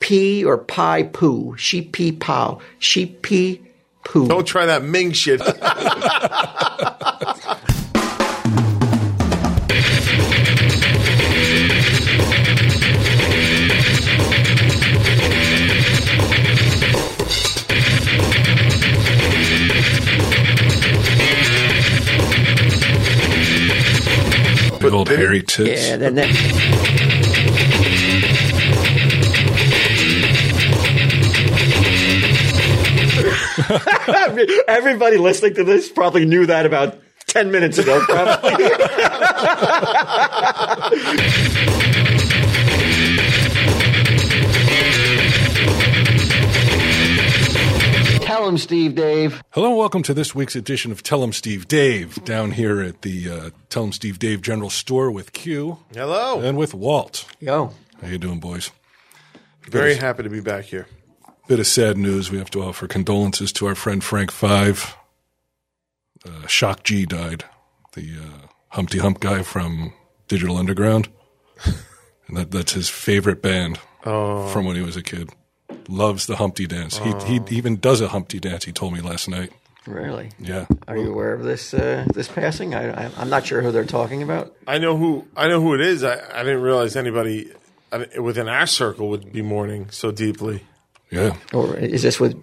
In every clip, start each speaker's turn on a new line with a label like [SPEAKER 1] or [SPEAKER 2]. [SPEAKER 1] pee or pie poo. She pee pow. She pee poo.
[SPEAKER 2] Don't try that Ming shit.
[SPEAKER 3] Big old hairy tits.
[SPEAKER 1] Yeah, then that, Everybody listening to this probably knew that about 10 minutes ago, probably. Tell him, Steve, Dave.
[SPEAKER 3] Hello and welcome to this week's edition of Tell 'em Steve Dave down here at the uh, Tell 'em Steve Dave General Store with Q
[SPEAKER 2] Hello.
[SPEAKER 3] and with Walt.
[SPEAKER 1] Yo.
[SPEAKER 3] How you doing, boys?
[SPEAKER 2] Very happy to be back here.
[SPEAKER 3] Bit of sad news. We have to offer condolences to our friend Frank Five. Uh, Shock G died, the uh, Humpty Hump guy from Digital Underground, and that, that's his favorite band from when he was a kid. Loves the Humpty dance. He he even does a Humpty dance. He told me last night.
[SPEAKER 1] Really?
[SPEAKER 3] Yeah,
[SPEAKER 1] Are you aware of this uh, this passing? I, I, I'm not sure who they're talking about.
[SPEAKER 2] I know who I know who it is. I, I didn't realize anybody I, di- within our circle would be mourning so deeply.
[SPEAKER 3] yeah.
[SPEAKER 1] Or is this with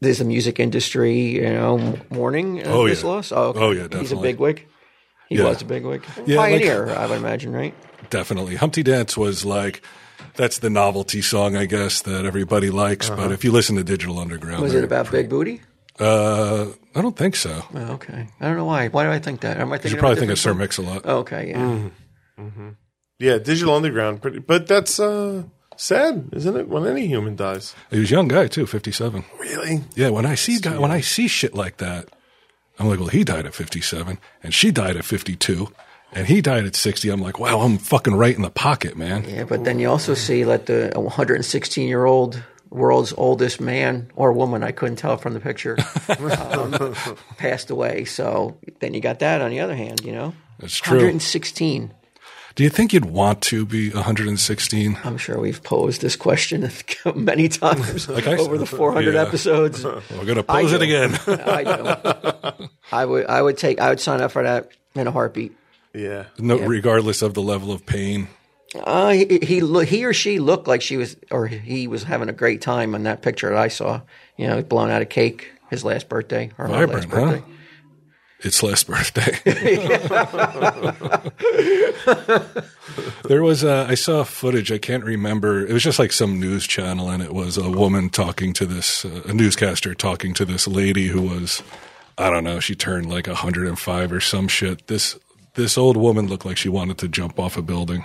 [SPEAKER 1] is the music industry, you know, mourning of
[SPEAKER 3] Oh,
[SPEAKER 1] this
[SPEAKER 3] yeah.
[SPEAKER 1] loss? Oh, okay.
[SPEAKER 3] Oh, yeah,
[SPEAKER 1] He's a
[SPEAKER 3] definitely.
[SPEAKER 1] bigwig. He
[SPEAKER 3] Yeah.
[SPEAKER 1] was a bigwig.
[SPEAKER 3] Yeah, like-
[SPEAKER 1] Pioneer, I would imagine, right?
[SPEAKER 3] Definitely. Humpty Dance was like, that's the novelty song, I guess, that everybody likes. But if you listen to Digital Underground,
[SPEAKER 1] Uh-huh. Was it
[SPEAKER 3] they're-
[SPEAKER 1] about big booty?
[SPEAKER 3] Uh, I don't think so.
[SPEAKER 1] Oh, okay. I don't know why. Why do I think that? Am I thinking
[SPEAKER 3] You probably
[SPEAKER 1] of a
[SPEAKER 3] think of Sir
[SPEAKER 1] different
[SPEAKER 3] Mix a lot.
[SPEAKER 1] song? Okay, yeah.
[SPEAKER 2] Yeah, Digital Underground. Pretty, but that's uh, sad, isn't it? When any human dies.
[SPEAKER 3] He was a young guy, too, 57.
[SPEAKER 2] Really?
[SPEAKER 3] Yeah, when I see guy, when I see shit like that, I'm like, well, he died at 57, and she died at 52, and he died at 60. I'm like, wow, I'm fucking right in the pocket, man.
[SPEAKER 1] Yeah, but then you also see like the 116 year old world's oldest man or woman, I couldn't tell from the picture, um, passed away. So then you got that on the other hand, you know?
[SPEAKER 3] That's true.
[SPEAKER 1] 116.
[SPEAKER 3] Do you think you'd want to be 116?
[SPEAKER 1] I'm sure we've posed this question many times
[SPEAKER 3] I
[SPEAKER 1] over the 400
[SPEAKER 3] yeah.
[SPEAKER 1] episodes.
[SPEAKER 3] We're gonna pose it
[SPEAKER 1] do.
[SPEAKER 3] again.
[SPEAKER 1] I do. I would. I would take. I would sign up for that in a heartbeat.
[SPEAKER 2] Yeah.
[SPEAKER 3] no, regardless of the level of pain.
[SPEAKER 1] Uh, he he, lo- he or she looked like she was, or he was having a great time on that picture that I saw. You know, blown out a cake, his last birthday or her last
[SPEAKER 3] Vibrant, huh?
[SPEAKER 1] birthday.
[SPEAKER 3] It's last birthday. there was a, I saw footage. I can't remember. It was just like some news channel, and it was a woman talking to this, uh, a newscaster talking to this lady who was, I don't know, she turned like 105 or some shit. This this old woman looked like she wanted to jump off a building.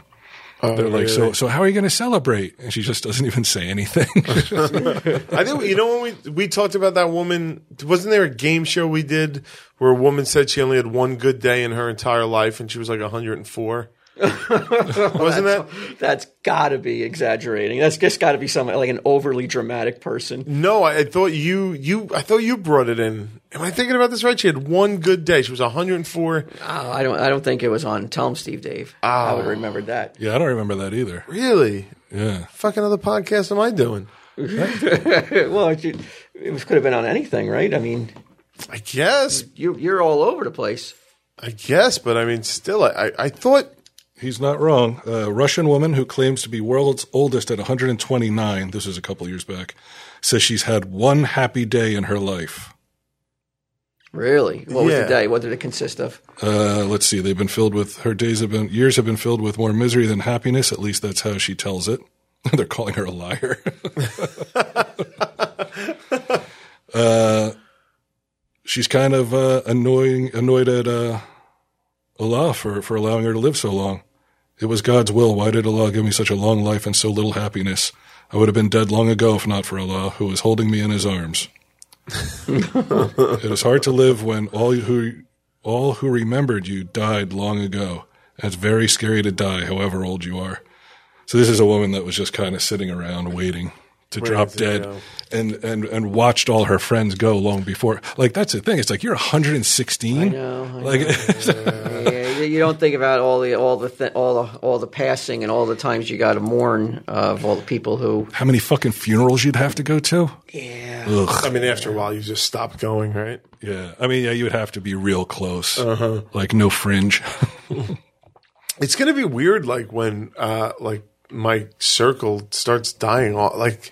[SPEAKER 3] They're like, so so how are you going to celebrate? And she just doesn't even say anything.
[SPEAKER 2] I think you know when we we talked about that woman. Wasn't there a game show we did where a woman said she only had one good day in her entire life and she was like 104? wasn't that?
[SPEAKER 1] That's got to be exaggerating. That's just got to be some like an overly dramatic person.
[SPEAKER 2] No, I, I thought you you I thought you brought it in. Am I thinking about this right? She had one good day. She was 104.
[SPEAKER 1] Oh, I don't. I don't think it was on. Tell him, Steve, Dave. I would have remembered that.
[SPEAKER 3] yeah, I don't remember that either.
[SPEAKER 2] Really?
[SPEAKER 3] Yeah,
[SPEAKER 2] Fucking other podcast am I doing?
[SPEAKER 1] Well, it, it was, could have been on anything, right? I mean,
[SPEAKER 2] I guess.
[SPEAKER 1] you, you're all over the place.
[SPEAKER 2] I guess, but I mean, still, I I, I thought.
[SPEAKER 3] He's not wrong. A Russian woman who claims to be world's oldest at 129, this is a couple years back, says she's had one happy day in her life.
[SPEAKER 1] Really, what was the
[SPEAKER 2] Yeah.
[SPEAKER 1] day? What did it consist of?
[SPEAKER 3] Uh, let's see. They've been filled with her days have been years have been filled with more misery than happiness. At least that's how she tells it. They're calling her a liar. uh, she's kind of uh, annoying, annoyed at uh, Allah for for allowing her to live so long. It was God's will. Why did Allah give me such a long life and so little happiness? I would have been dead long ago if not for Allah, who was holding me in His arms. It is hard to live when all who all who remembered you died long ago. And it's very scary to die, however old you are. So this is a woman that was just kind of sitting around waiting to drop
[SPEAKER 2] to
[SPEAKER 3] dead,
[SPEAKER 2] go.
[SPEAKER 3] and and and watched all her friends go long before. Like that's the thing. It's like you're 116.
[SPEAKER 1] know, I
[SPEAKER 3] like
[SPEAKER 1] Yeah, you don't think about all the all the th- all the all the passing and all the times you got to mourn of all the people who.
[SPEAKER 3] How many fucking funerals you'd have to go to?
[SPEAKER 1] Yeah.
[SPEAKER 3] Ugh.
[SPEAKER 2] I mean, after a while, you just stop going, right?
[SPEAKER 3] Yeah. I mean, yeah, you would have to be real close. Like no fringe.
[SPEAKER 2] It's gonna be weird, like when uh, like my circle starts dying off, like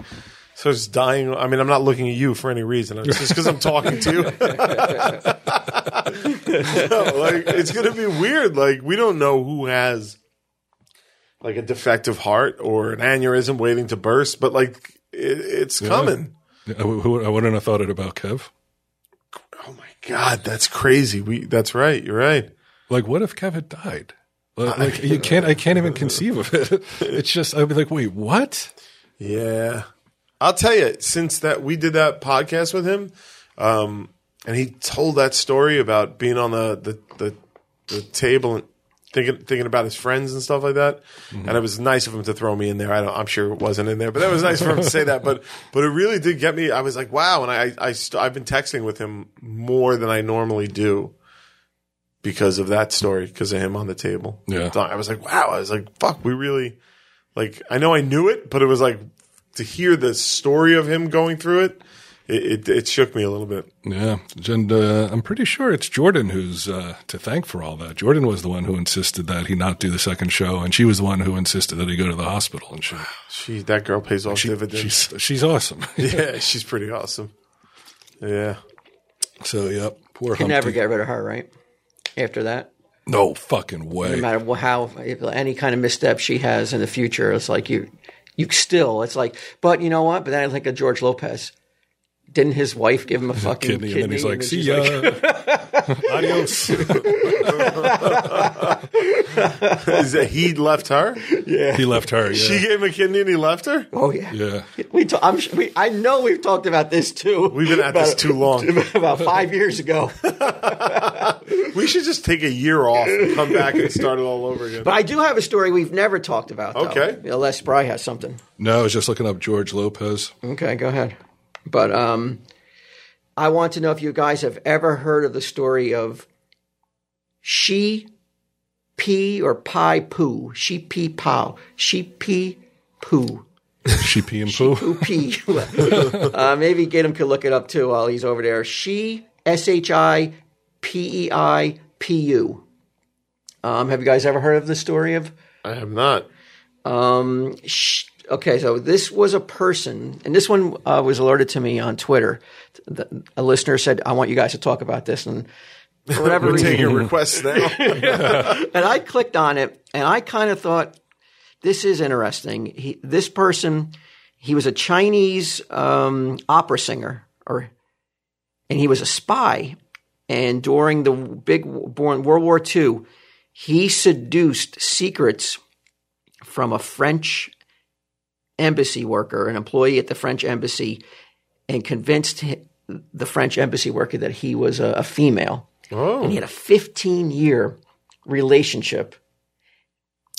[SPEAKER 2] starts dying. I mean, I'm not looking at you for any reason. It's just because I'm talking to you. No, like it's gonna be weird. Like we don't know who has like a defective heart or an aneurysm waiting to burst, but like it, it's coming.
[SPEAKER 3] I, wou- I wouldn't have thought it about Kev.
[SPEAKER 2] Oh my god, that's crazy. We that's right. You're right.
[SPEAKER 3] Like, what if Kev had died? Like, like, you can't. I can't even conceive of it. It's just I'd be like, wait, what?
[SPEAKER 2] Yeah. I'll tell you, since that we did that podcast with him, um, and he told that story about being on the the, the, the table and thinking thinking about his friends and stuff like that. And it was nice of him to throw me in there. I don't, I'm sure it wasn't in there, but that was nice for him to say that. But but it really did get me. I was like, wow. And I, I st- I've been texting with him more than I normally do because of that story, because of him on the table.
[SPEAKER 3] Yeah.
[SPEAKER 2] So I was like, wow. I was like, fuck, we really like I know I knew it, but it was like to hear the story of him going through it. It it, it shook me a little bit.
[SPEAKER 3] Yeah, and uh, I'm pretty sure it's Jordan who's uh, to thank for all that. Jordan was the one who insisted that he not do the second show, and she was the one who insisted that he go to the hospital and shit.
[SPEAKER 2] She that girl pays off dividends.
[SPEAKER 3] She's she's awesome.
[SPEAKER 2] yeah, she's pretty awesome. Yeah,
[SPEAKER 3] so yep, poor
[SPEAKER 1] You
[SPEAKER 3] Humpty.
[SPEAKER 1] never get rid of her, right? After that,
[SPEAKER 3] no fucking
[SPEAKER 1] no
[SPEAKER 3] way.
[SPEAKER 1] matter wh- how if any kind of misstep she has in the future, it's like you, you still. It's like, but you know what? But then I think of George Lopez. Didn't his wife give him a fucking
[SPEAKER 3] Kidney,
[SPEAKER 1] kidney?
[SPEAKER 3] and then he's like,
[SPEAKER 1] then
[SPEAKER 3] "See
[SPEAKER 1] she's
[SPEAKER 3] ya,
[SPEAKER 1] like,
[SPEAKER 3] adios."
[SPEAKER 2] is that he left her?
[SPEAKER 3] He left her. Yeah,
[SPEAKER 2] She gave him a kidney and he left her.
[SPEAKER 1] Oh yeah.
[SPEAKER 3] yeah.
[SPEAKER 1] We, ta- I'm, sh- we, I know we've talked about this too.
[SPEAKER 2] We've been at this
[SPEAKER 1] About-
[SPEAKER 2] too long.
[SPEAKER 1] about five years ago.
[SPEAKER 2] We should just take a year off, and come back, and start it all over again.
[SPEAKER 1] But I do have a story we've never talked about. Though,
[SPEAKER 2] Okay.
[SPEAKER 1] Unless Bry has something.
[SPEAKER 3] No, I was just looking up George Lopez.
[SPEAKER 1] Okay, go ahead. But um, I want to know if you guys have ever heard of the story of she pee or pie poo. She pee pow. She pee poo.
[SPEAKER 3] She pee and poo.
[SPEAKER 1] P. uh, maybe Gatum could look it up too while he's over there. She S H I P E I P U. Um, have you guys ever heard of the story of?
[SPEAKER 2] I have not.
[SPEAKER 1] Um, sh- okay, so this was a person, and this one uh, was alerted to me on Twitter. The, a listener said, "I want you guys to talk about this," and for whatever
[SPEAKER 2] We're taking
[SPEAKER 1] reason,
[SPEAKER 2] requests now.
[SPEAKER 1] and I clicked on it, and I kind of thought, "This is interesting." He, this person, he was a Chinese um, opera singer, or and he was a spy. And during the big born World War II, he seduced secrets from a French embassy worker, an employee at the French embassy, and convinced hi- the French embassy worker that he was a, a female.
[SPEAKER 2] Oh.
[SPEAKER 1] And he had a 15 year relationship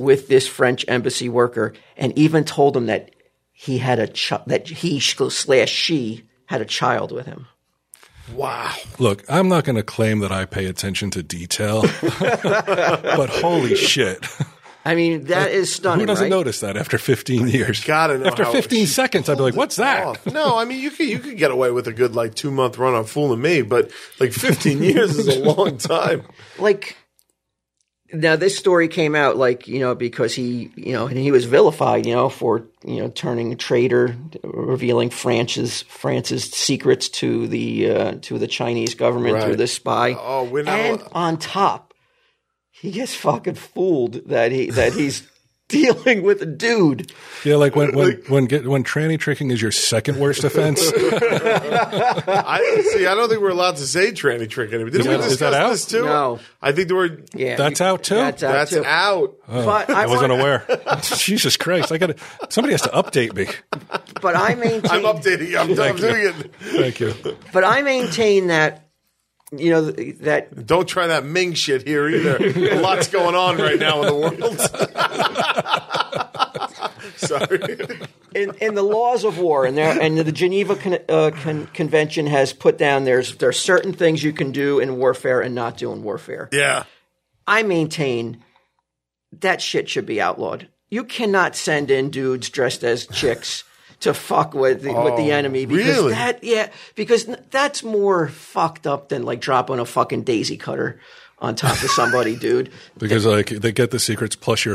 [SPEAKER 1] with this French embassy worker, and even told him that he had a chi- that he slash she had a child with him.
[SPEAKER 2] wow.
[SPEAKER 3] Look, I'm not going to claim that I pay attention to detail, but holy shit.
[SPEAKER 1] I mean, that is stunning.
[SPEAKER 3] Who doesn't
[SPEAKER 1] right?
[SPEAKER 3] notice that after 15 years?
[SPEAKER 2] Gotta know
[SPEAKER 3] After
[SPEAKER 2] how
[SPEAKER 3] 15
[SPEAKER 2] she
[SPEAKER 3] seconds, I'd be like, what's that?
[SPEAKER 2] off. Oh, No, I mean you could you could get away with a good like two month run on fooling me, but like fifteen years is a long time.
[SPEAKER 1] like now this story came out like you know because he you know and he was vilified you know for you know turning a traitor revealing france's france's secrets to the uh, to the chinese government through
[SPEAKER 2] Right.
[SPEAKER 1] this spy
[SPEAKER 2] Oh, we're not
[SPEAKER 1] and
[SPEAKER 2] al-
[SPEAKER 1] on top he gets fucking fooled that he that he's dealing with a dude
[SPEAKER 3] Yeah, like when when when, get, when tranny tricking is your second worst offense.
[SPEAKER 2] I see. I don't think we're allowed to say tranny trick anymore. Didn't we
[SPEAKER 3] that-
[SPEAKER 2] discuss
[SPEAKER 3] is that out?
[SPEAKER 2] this too?
[SPEAKER 1] No.
[SPEAKER 2] I think the word
[SPEAKER 1] yeah
[SPEAKER 3] That's out too?
[SPEAKER 1] that's out
[SPEAKER 2] that's
[SPEAKER 1] too.
[SPEAKER 2] out.
[SPEAKER 3] Uh,
[SPEAKER 1] but I,
[SPEAKER 3] I wasn't
[SPEAKER 1] want-
[SPEAKER 3] aware. Jesus Christ! I got somebody has to update me.
[SPEAKER 1] but i maintain
[SPEAKER 2] I'm updating. you. I'm, I'm
[SPEAKER 3] Thank you.
[SPEAKER 2] doing it.
[SPEAKER 3] Thank you.
[SPEAKER 1] but i maintain that you know th- that
[SPEAKER 2] Don't try that Ming shit here either. A lot's going on right now in the world. Sorry.
[SPEAKER 1] in, in the laws of war, and there, and the Geneva con, uh, con, Convention has put down there's there are certain things you can do in warfare and not do in warfare.
[SPEAKER 2] Yeah.
[SPEAKER 1] I maintain that shit should be outlawed. You cannot send in dudes dressed as chicks to fuck with the, with the enemy because
[SPEAKER 2] really?
[SPEAKER 1] that yeah because n- that's more fucked up than like dropping a fucking daisy cutter on top of somebody, dude.
[SPEAKER 3] because like they get the secrets plus you're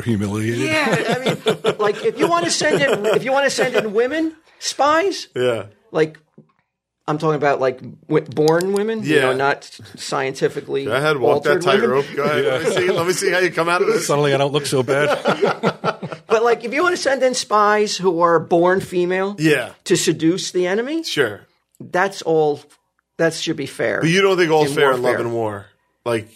[SPEAKER 3] humiliated.
[SPEAKER 1] Yeah, I mean, like if you want to send in if you want to send in women spies,
[SPEAKER 2] Yeah.
[SPEAKER 1] like I'm talking about like w- born women, you
[SPEAKER 2] Yeah.
[SPEAKER 1] know, not scientifically.
[SPEAKER 2] Go ahead, walk
[SPEAKER 1] altered
[SPEAKER 2] that
[SPEAKER 1] women.
[SPEAKER 2] tightrope. Go ahead. Let, me see, let me see how you come out of this.
[SPEAKER 3] Suddenly I don't look so bad.
[SPEAKER 1] But like, if you want to send in spies who are born female,
[SPEAKER 2] Yeah.
[SPEAKER 1] to seduce the enemy,
[SPEAKER 2] Sure.
[SPEAKER 1] that's all. That should be fair.
[SPEAKER 2] But you don't think all's
[SPEAKER 1] In
[SPEAKER 2] fair in love
[SPEAKER 1] warfare.
[SPEAKER 2] and war? Like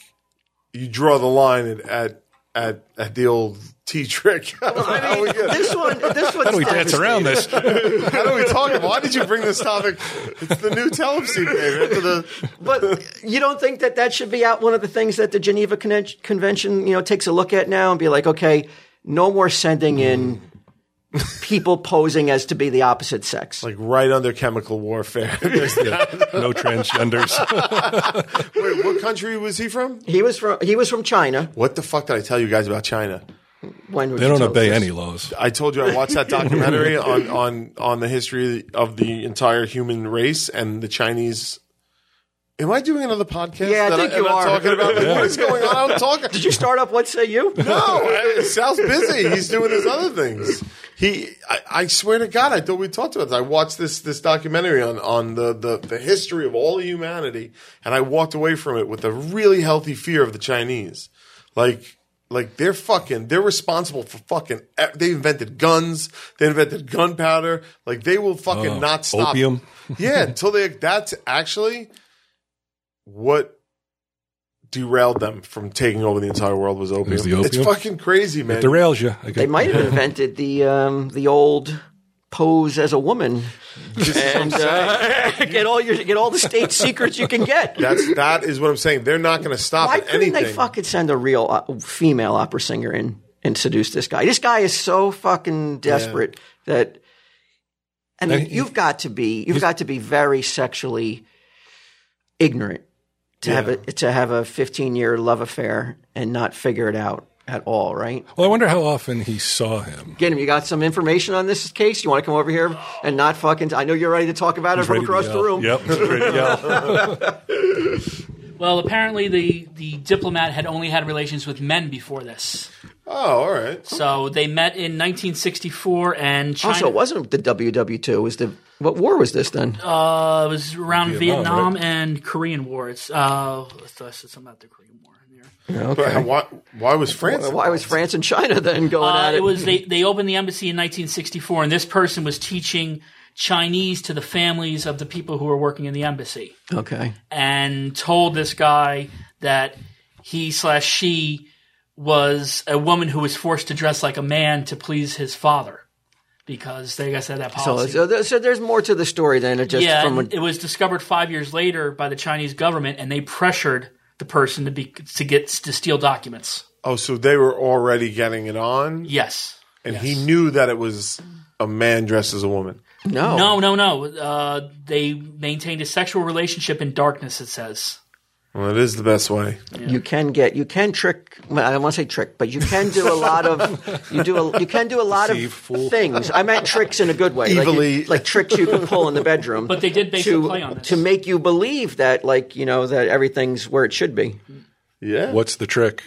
[SPEAKER 2] you draw the line at at at, at the old T trick.
[SPEAKER 1] I
[SPEAKER 2] how,
[SPEAKER 1] mean,
[SPEAKER 2] we get-
[SPEAKER 1] this one, this one's
[SPEAKER 3] we dance around this.
[SPEAKER 2] how do we talk? about- Why did you bring this topic? It's the new telepsy, baby. After the
[SPEAKER 1] But you don't think that that should be out one of the things that the Geneva Conven- Convention, you know, takes a look at now and be like, okay, no more sending in people posing as to be the opposite sex.
[SPEAKER 2] Hmm. like right under chemical warfare. There's-
[SPEAKER 3] No transgenders.
[SPEAKER 2] Wait, what country was he from?
[SPEAKER 1] he was from he was from China
[SPEAKER 2] What the fuck did I tell you guys about China?
[SPEAKER 1] when
[SPEAKER 3] They don't obey any laws.
[SPEAKER 2] I told you I watched that documentary on, on, on the history of the entire human race and the Chinese. Am I doing another podcast?
[SPEAKER 1] Yeah, I
[SPEAKER 2] that
[SPEAKER 1] think you
[SPEAKER 2] am
[SPEAKER 1] are.
[SPEAKER 2] talking about Like, what is going on. I'm talking.
[SPEAKER 1] Did you start up? What say you?
[SPEAKER 2] No, I- Sal's busy. He's doing his other things. He, I, I swear to God, I thought we talked about this. I watched this this documentary on on the, the the history of all of humanity, and I walked away from it with a really healthy fear of the Chinese. Like, like they're fucking, they're responsible for fucking. e- They invented guns. They invented gunpowder. Like they will fucking
[SPEAKER 3] Oh,
[SPEAKER 2] not stop.
[SPEAKER 3] opium.
[SPEAKER 2] yeah, until they. That's actually what derailed them from taking over the entire world was opium.
[SPEAKER 3] was the opium?
[SPEAKER 2] It's fucking crazy, man.
[SPEAKER 3] It derails you. I
[SPEAKER 1] They might have invented the um, the old pose as a woman and uh, get all your get all the state secrets you can get.
[SPEAKER 2] That's that is what I'm saying. They're not going to stop
[SPEAKER 1] Why
[SPEAKER 2] at
[SPEAKER 1] couldn't
[SPEAKER 2] anything.
[SPEAKER 1] they fucking send a real uh, female opera singer in and seduce this guy? This guy is so fucking desperate that I mean,
[SPEAKER 3] And he-
[SPEAKER 1] you've got to be you've got to be very sexually ignorant to have a to have a 15 year love affair and not figure it out at all, right?
[SPEAKER 3] Well, I wonder how often he saw him.
[SPEAKER 1] Get him. You got some information on this case? You want to come over here and not fucking? I know you're ready to talk about it from
[SPEAKER 3] Ready to
[SPEAKER 1] across the
[SPEAKER 3] yell.
[SPEAKER 1] room.
[SPEAKER 3] Yep. ready to yell.
[SPEAKER 4] Well, apparently the, the diplomat had only had relations with men before this.
[SPEAKER 2] Oh, all right.
[SPEAKER 4] So they met in 1964, and China
[SPEAKER 1] Also, it wasn't the WW2. It was the what war was this then?
[SPEAKER 4] uh, it was around
[SPEAKER 3] Vietnam,
[SPEAKER 4] Vietnam,
[SPEAKER 3] right?
[SPEAKER 4] and Korean War. It's uh, I thought I said something about the Korean War in there.
[SPEAKER 2] But why, why was France?
[SPEAKER 1] Why was France and China then going
[SPEAKER 4] Uh,
[SPEAKER 1] at it?
[SPEAKER 4] it was they, they opened the embassy in 1964, and this person was teaching Chinese to the families of the people who were working in the embassy,
[SPEAKER 1] okay.
[SPEAKER 4] and told this guy that he slash she was a woman who was forced to dress like a man to please his father, because they guys had that
[SPEAKER 1] So,
[SPEAKER 4] policy.
[SPEAKER 1] so, there- so there's more to the story than it just
[SPEAKER 4] yeah,
[SPEAKER 1] from.
[SPEAKER 4] and it was discovered five years later by the Chinese government, and they pressured the person to be to get to steal documents.
[SPEAKER 2] Oh, so they were already getting it on,
[SPEAKER 4] Yes.
[SPEAKER 2] and he knew that it was a man dressed as a woman.
[SPEAKER 1] a, no,
[SPEAKER 4] No, no, no. Uh, they maintained a sexual relationship in darkness. It says.
[SPEAKER 2] Well, it is the best way.
[SPEAKER 1] you can get you can trick. well, I don't want to say trick, but you can do a lot of you do a, you can do a lot
[SPEAKER 3] Deceive, fool.
[SPEAKER 1] of things. I meant tricks in a good way, like you-
[SPEAKER 2] Evilly-
[SPEAKER 1] like, tricks you can pull in the bedroom.
[SPEAKER 4] But they did base
[SPEAKER 1] to
[SPEAKER 4] the play on this.
[SPEAKER 1] to make you believe that like you know that everything's where it should be.
[SPEAKER 2] Yeah.
[SPEAKER 3] What's the trick?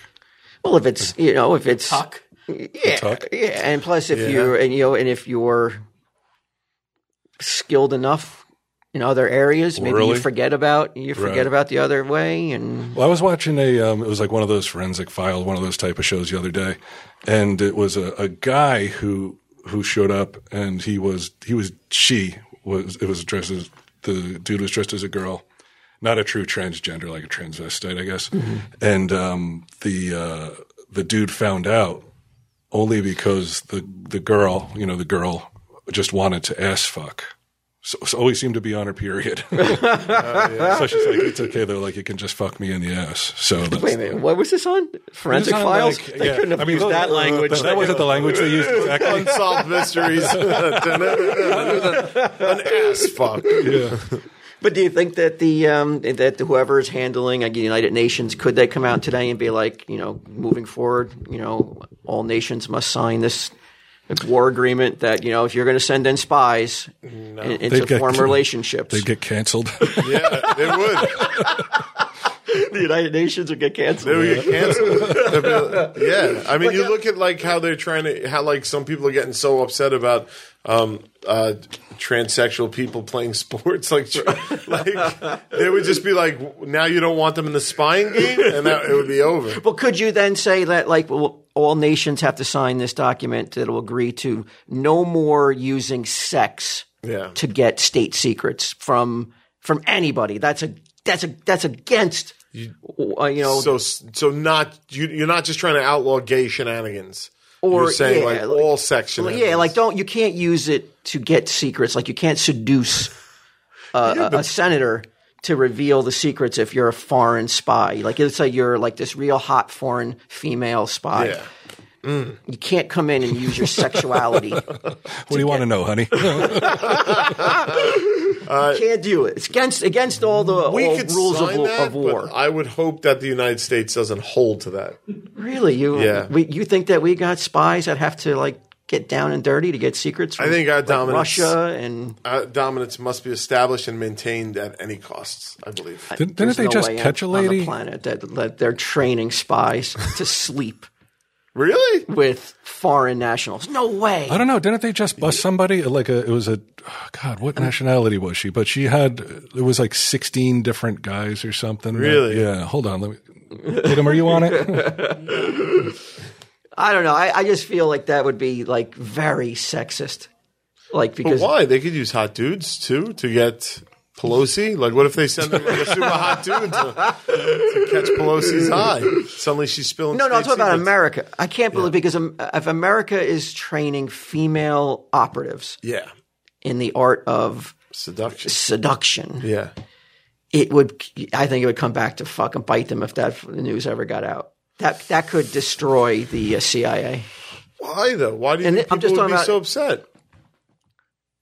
[SPEAKER 1] Well, if it's you know if it's
[SPEAKER 4] Tuck.
[SPEAKER 1] yeah,
[SPEAKER 3] tuck?
[SPEAKER 1] yeah, and plus if
[SPEAKER 2] Yeah.
[SPEAKER 1] you and you know and if you're skilled enough in other areas, maybe
[SPEAKER 3] Really?
[SPEAKER 1] you forget about you forget
[SPEAKER 3] Right.
[SPEAKER 1] about the other way and
[SPEAKER 3] Well, I was watching a, um, it was like one of those forensic file, one of those type of shows the other day. And it was a, a guy who, who showed up and he was, he was, she was, it was dressed as, the dude was dressed as a girl, not a true transgender, like a transvestite, I guess.
[SPEAKER 1] Mm-hmm.
[SPEAKER 3] And, um, the, uh, the dude found out only because the, the girl, you know, the girl just wanted to ass fuck. So, so always seemed to be on her period.
[SPEAKER 1] Oh,
[SPEAKER 3] So she's like, it's okay though. Like, you can just fuck me in the ass. So that's,
[SPEAKER 1] wait a minute, what was this on forensic
[SPEAKER 3] It's not
[SPEAKER 1] files?
[SPEAKER 3] like-
[SPEAKER 1] they
[SPEAKER 3] yeah.
[SPEAKER 1] couldn't have
[SPEAKER 3] I mean,
[SPEAKER 1] used
[SPEAKER 3] those-
[SPEAKER 1] that language.
[SPEAKER 3] That, that wasn't the language they used exactly.
[SPEAKER 2] Unsolved mysteries. an ass fuck.
[SPEAKER 3] yeah.
[SPEAKER 1] But do you think that the um, that whoever is handling like, the United Nations could they come out today and be like, you know, moving forward, you know, all nations must sign this war agreement that you know if you're going to send in spies, it- it's
[SPEAKER 3] They'd
[SPEAKER 1] a
[SPEAKER 3] get-
[SPEAKER 1] form relationships.
[SPEAKER 3] They'd get canceled.
[SPEAKER 2] Yeah, they would.
[SPEAKER 1] the United Nations would get
[SPEAKER 2] They
[SPEAKER 1] canceled.
[SPEAKER 2] would get canceled. yeah, I mean, you look at like how they're trying to how like some people are getting so upset about um, uh, transsexual people playing sports. Like, tr- like they would just be like, now you don't want them in the spying game, and that, it would be over.
[SPEAKER 1] Well, could you then say that like well, all nations have to sign this document that will agree to no more using sex
[SPEAKER 2] Yeah.
[SPEAKER 1] to get state secrets from from anybody? That's a that's a that's against you, uh, you know
[SPEAKER 2] So, so not you, you're not just trying to outlaw gay shenanigans.
[SPEAKER 1] Or,
[SPEAKER 2] you're saying
[SPEAKER 1] yeah,
[SPEAKER 2] like,
[SPEAKER 1] like-
[SPEAKER 2] all sex shenanigans.
[SPEAKER 1] yeah, like don't you can't use it to get secrets. Like you can't seduce uh, a, a senator to reveal the secrets if you're a foreign spy. Like let's say you're like this real hot foreign female spy.
[SPEAKER 2] Yeah.
[SPEAKER 1] You can't come in and use your sexuality. you
[SPEAKER 3] what do you want to know, honey?
[SPEAKER 1] can't do it. It's against against all the
[SPEAKER 2] we
[SPEAKER 1] all
[SPEAKER 2] could
[SPEAKER 1] rules of,
[SPEAKER 2] sign
[SPEAKER 1] wa-
[SPEAKER 2] that,
[SPEAKER 1] of war.
[SPEAKER 2] But I would hope that the United States doesn't hold to that.
[SPEAKER 1] really, you
[SPEAKER 2] Yeah.
[SPEAKER 1] we, you think that we got spies that have to like get down and dirty to get secrets from
[SPEAKER 2] I think our dominance-
[SPEAKER 1] Russia and
[SPEAKER 2] Uh, dominance must be established and maintained at any costs. I believe.
[SPEAKER 3] Didn't,
[SPEAKER 1] There's
[SPEAKER 3] didn't
[SPEAKER 1] no
[SPEAKER 3] they just
[SPEAKER 1] way
[SPEAKER 3] catch a
[SPEAKER 1] on- on the
[SPEAKER 3] lady?
[SPEAKER 1] planet that, that they're training spies to sleep
[SPEAKER 2] Really?
[SPEAKER 1] with foreign nationals. No way.
[SPEAKER 3] I don't know. Didn't they just bust somebody? Like a, it was a, oh, God, what nationality was she? But she had, it was like 16 different guys or something.
[SPEAKER 2] Really?
[SPEAKER 3] Yeah. Hold on. Let me, Tatum, are you on it?
[SPEAKER 1] I don't know. I, I just feel like that would be like very sexist. Like
[SPEAKER 2] But
[SPEAKER 1] because
[SPEAKER 2] why? They could use hot dudes too to get Pelosi. Like, what if they send them like a super hot dude to, to catch Pelosi's eye? Suddenly she's spilling.
[SPEAKER 1] no, no, I'm
[SPEAKER 2] state
[SPEAKER 1] talking about
[SPEAKER 2] secrets.
[SPEAKER 1] America. I can't believe because um, if America is training female operatives
[SPEAKER 2] Yeah,
[SPEAKER 1] in the art of
[SPEAKER 2] seduction.
[SPEAKER 1] seduction,
[SPEAKER 2] Yeah,
[SPEAKER 1] it would. I think it would come back to fucking bite them if that news ever got out. That that could destroy the uh, CIA.
[SPEAKER 2] why though? Why do you
[SPEAKER 1] And
[SPEAKER 2] think
[SPEAKER 1] I'm
[SPEAKER 2] people
[SPEAKER 1] just
[SPEAKER 2] would
[SPEAKER 1] talking
[SPEAKER 2] be
[SPEAKER 1] about-
[SPEAKER 2] so upset?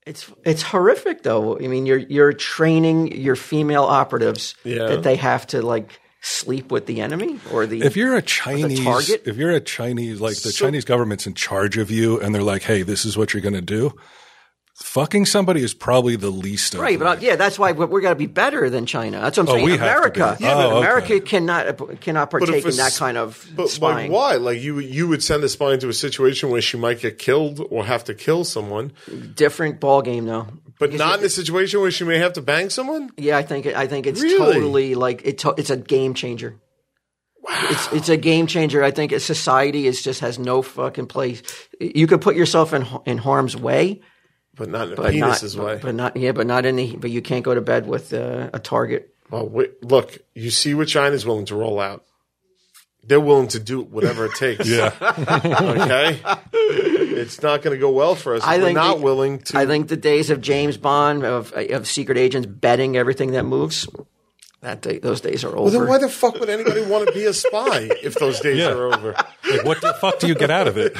[SPEAKER 1] It's it's horrific though. I mean, you're you're training your female operatives
[SPEAKER 2] Yeah.
[SPEAKER 1] that they have to like sleep with the enemy or the
[SPEAKER 3] If you're a Chinese,
[SPEAKER 1] target?
[SPEAKER 3] if you're a Chinese, like the Chinese government's in charge of you and they're like, hey, this is what you're going to do. Fucking somebody is probably the least of
[SPEAKER 1] right.
[SPEAKER 3] it.
[SPEAKER 1] But I- yeah, that's why we're, we're got to be better than China. That's what I'm saying.
[SPEAKER 3] Oh, we have to be.
[SPEAKER 1] America,
[SPEAKER 3] Yeah, but- Oh,
[SPEAKER 1] America
[SPEAKER 3] okay.
[SPEAKER 1] cannot uh, cannot
[SPEAKER 2] if
[SPEAKER 1] partake in
[SPEAKER 2] it's-
[SPEAKER 1] that kind of
[SPEAKER 2] But
[SPEAKER 1] spying.
[SPEAKER 2] like, why? Like you, you would send a spy into a situation where she might get killed or have to kill someone,
[SPEAKER 1] Different ball game though.
[SPEAKER 2] but not in a situation where she may have to bang someone.
[SPEAKER 1] Yeah, I think it- I think it's
[SPEAKER 2] Really?
[SPEAKER 1] totally like it to, it's a game changer. It's it's a game changer. I think society is just has no fucking place. You could put yourself in in harm's way.
[SPEAKER 2] But not in a
[SPEAKER 1] but not,
[SPEAKER 2] penis's
[SPEAKER 1] but-
[SPEAKER 2] way.
[SPEAKER 1] But, not yeah, but not any. But you can't go to bed with uh, a target.
[SPEAKER 2] Well, wait, look, you see what China's willing to roll out. They're willing to do whatever it takes.
[SPEAKER 3] Yeah.
[SPEAKER 2] Okay. It's not going to go well for us.
[SPEAKER 1] I
[SPEAKER 2] We're
[SPEAKER 1] think
[SPEAKER 2] not
[SPEAKER 1] the-
[SPEAKER 2] willing to.
[SPEAKER 1] I think the days of James Bond of of secret agents betting everything that moves. That day, those days are
[SPEAKER 2] well,
[SPEAKER 1] over.
[SPEAKER 2] then why the fuck would anybody want to be a spy if those days
[SPEAKER 3] Yeah.
[SPEAKER 2] are over?
[SPEAKER 3] Like, what the fuck do you get out of it?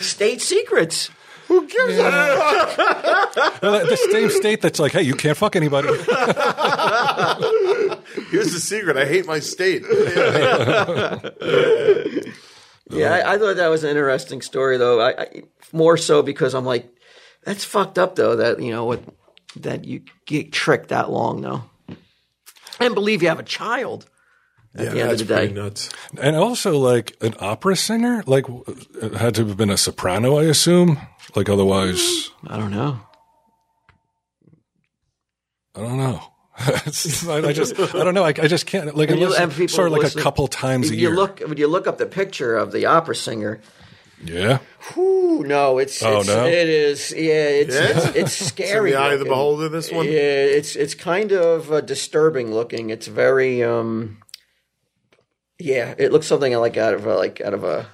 [SPEAKER 1] State secrets.
[SPEAKER 2] Who gives a fuck?
[SPEAKER 3] Well, the same state that's like, hey, you can't fuck anybody.
[SPEAKER 2] Here's the secret. I hate my state.
[SPEAKER 1] Yeah, I, I thought that was an interesting story, though. I, I more so because I'm like, that's fucked up, though. That you know what, that you get tricked that long, though, and believe you have a child. At the end of the day,
[SPEAKER 2] nuts.
[SPEAKER 3] and also, like, an opera singer, like, w- it had to have been a soprano, I assume. Like, otherwise,
[SPEAKER 1] I don't know.
[SPEAKER 3] I don't know. I, I just, I don't know. I, I just can't. Like,
[SPEAKER 1] And you-
[SPEAKER 3] unless,
[SPEAKER 1] and people
[SPEAKER 3] sort of like
[SPEAKER 1] listen-
[SPEAKER 3] a couple times
[SPEAKER 1] If
[SPEAKER 3] a
[SPEAKER 1] you
[SPEAKER 3] year.
[SPEAKER 1] look, when you look up the picture of the opera singer,
[SPEAKER 3] yeah.
[SPEAKER 1] Ooh, no, it's,
[SPEAKER 3] Oh,
[SPEAKER 1] it's
[SPEAKER 3] no?
[SPEAKER 1] it is yeah, it's
[SPEAKER 2] Yeah?
[SPEAKER 1] it's, it's scary.
[SPEAKER 2] the eye of the
[SPEAKER 1] looking.
[SPEAKER 2] beholder, this one?
[SPEAKER 1] Yeah, it's it's kind of uh, disturbing looking. It's very um, yeah, it looks something like out of a, like out of a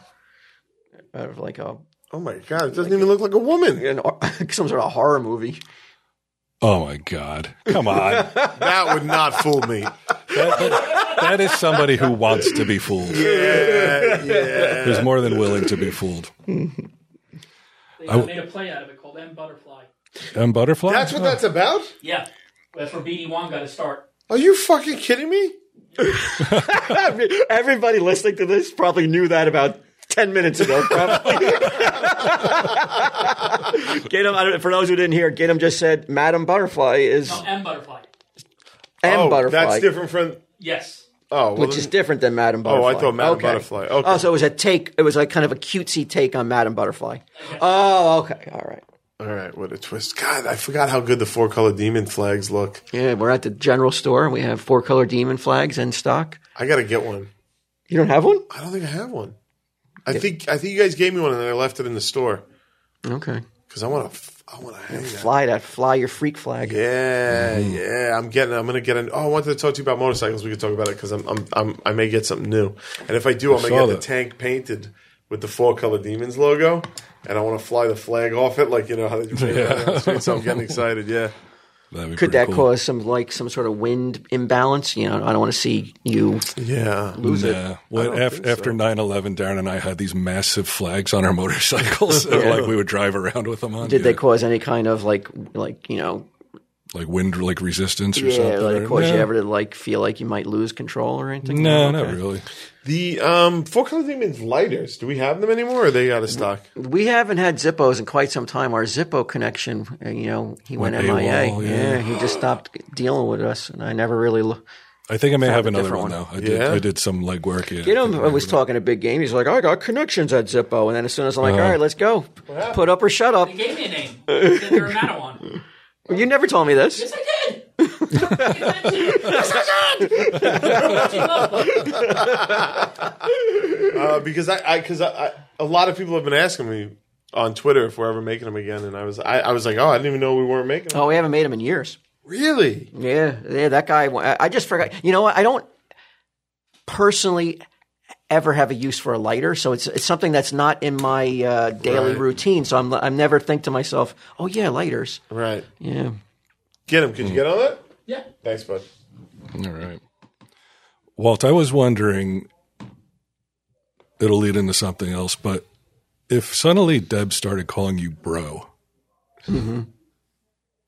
[SPEAKER 1] out of like a
[SPEAKER 2] Oh my God. It doesn't even look like a woman.
[SPEAKER 1] an, or- some sort of horror movie.
[SPEAKER 3] Oh, my God. Come on. that,
[SPEAKER 2] That would not fool me.
[SPEAKER 3] that- that is somebody who wants to be fooled.
[SPEAKER 2] Yeah. Yeah.
[SPEAKER 3] Who's more than willing to be fooled.
[SPEAKER 4] They
[SPEAKER 3] w-
[SPEAKER 4] made a uh, play out of it called M Butterfly.
[SPEAKER 3] And butterfly?
[SPEAKER 2] That's what that's about?
[SPEAKER 4] Yeah. That's where BD One got to start.
[SPEAKER 2] Are you fucking kidding me?
[SPEAKER 1] Everybody listening to this probably knew that about ten minutes ago. Probably. Gatum, I don't, for those who didn't hear, Gatum just said Madam Butterfly is
[SPEAKER 4] No, Oh, M Butterfly.
[SPEAKER 1] M
[SPEAKER 2] oh,
[SPEAKER 1] Butterfly,
[SPEAKER 2] that's different from.
[SPEAKER 4] Yes.
[SPEAKER 2] Oh, well,
[SPEAKER 1] which is
[SPEAKER 2] then-
[SPEAKER 1] different than Madam
[SPEAKER 2] I
[SPEAKER 1] Butterfly.
[SPEAKER 2] thought Madame Butterfly. Okay.
[SPEAKER 1] Oh, so it was a take. It was like kind of a cutesy take on Madam Butterfly. Oh, okay, all right.
[SPEAKER 2] all right. What a twist! God, I forgot how good the four color demon flags look.
[SPEAKER 1] Yeah, we're at the general store and we have four color demon flags in stock.
[SPEAKER 2] I gotta get one.
[SPEAKER 1] You don't have one?
[SPEAKER 2] I don't think I have one. I think I think you guys gave me one and I left it in the store
[SPEAKER 1] Okay.
[SPEAKER 2] because I want to. I want to hang that.
[SPEAKER 1] Fly that. Fly your freak flag.
[SPEAKER 2] Yeah, yeah. I'm getting. I'm gonna get an. Oh, I wanted to talk to you about motorcycles. We could talk about it because I'm, I'm. I'm. I may get something new. And if I do, I'm gonna
[SPEAKER 3] saw
[SPEAKER 2] get
[SPEAKER 3] that.
[SPEAKER 2] the tank painted with the four color demons logo, and I want to fly the flag off it, like you know how they do. that on the street, so I'm getting excited. Yeah.
[SPEAKER 3] That'd be
[SPEAKER 1] Could
[SPEAKER 3] pretty
[SPEAKER 1] that
[SPEAKER 3] cool.
[SPEAKER 1] cause some like some sort of wind imbalance? You know, I don't want to see you.
[SPEAKER 2] Yeah.
[SPEAKER 3] Yeah. Well, af- after 9 11, Darren and I had these massive flags on our motorcycles. that, like we would drive around with them on.
[SPEAKER 1] Did they
[SPEAKER 3] Yeah.
[SPEAKER 1] cause any kind of like like you know?
[SPEAKER 3] like wind like resistance or
[SPEAKER 1] Yeah,
[SPEAKER 3] something?
[SPEAKER 1] like
[SPEAKER 3] or-
[SPEAKER 1] cause
[SPEAKER 3] no,
[SPEAKER 1] you ever to like feel like you might lose control or anything?
[SPEAKER 3] No,
[SPEAKER 1] Okay.
[SPEAKER 3] not really.
[SPEAKER 2] The um four color demons lighters. Do we have them anymore? or Are they out of stock?
[SPEAKER 1] We haven't had Zippos in quite some time. Our Zippo connection, uh, you know, he went,
[SPEAKER 3] Went
[SPEAKER 1] MIA.
[SPEAKER 3] AWOL,
[SPEAKER 1] yeah.
[SPEAKER 3] yeah.
[SPEAKER 1] he just stopped dealing with us, and I never really. Lo-
[SPEAKER 3] I think I may have
[SPEAKER 1] a
[SPEAKER 3] another
[SPEAKER 1] different
[SPEAKER 3] one,
[SPEAKER 1] one.
[SPEAKER 3] now. I did.
[SPEAKER 2] Yeah?
[SPEAKER 3] I did some legwork. Yeah,
[SPEAKER 1] you know, I was talking a big game. He's like, I got connections at Zippo, and then as soon as I'm like, all right, let's go, put up or shut up.
[SPEAKER 4] They gave me a name. They said They're a Madawan.
[SPEAKER 1] You never told me this.
[SPEAKER 4] Yes, I did. yes, I did.
[SPEAKER 2] Uh, because I, I, because I, I, a lot of people have been asking me on Twitter if we're ever making them again, and I was, I, I was like, oh, I didn't even know we weren't making them.
[SPEAKER 1] Oh, we haven't made him in years.
[SPEAKER 2] Really?
[SPEAKER 1] Yeah, yeah, that guy. I- I just forgot. You know what? I don't personally ever have a use for a lighter, so it's it's something that's not in my uh, daily
[SPEAKER 2] Right.
[SPEAKER 1] routine. So I'm I'm never think to myself, oh yeah, lighters.
[SPEAKER 2] Right.
[SPEAKER 1] Yeah.
[SPEAKER 2] Get him. Could
[SPEAKER 1] Hmm.
[SPEAKER 2] you get on that?
[SPEAKER 4] Yeah.
[SPEAKER 2] Thanks, bud.
[SPEAKER 3] All right. Walt, I was wondering, it'll lead into something else, but if suddenly Deb started calling you bro,
[SPEAKER 1] Mm-hmm.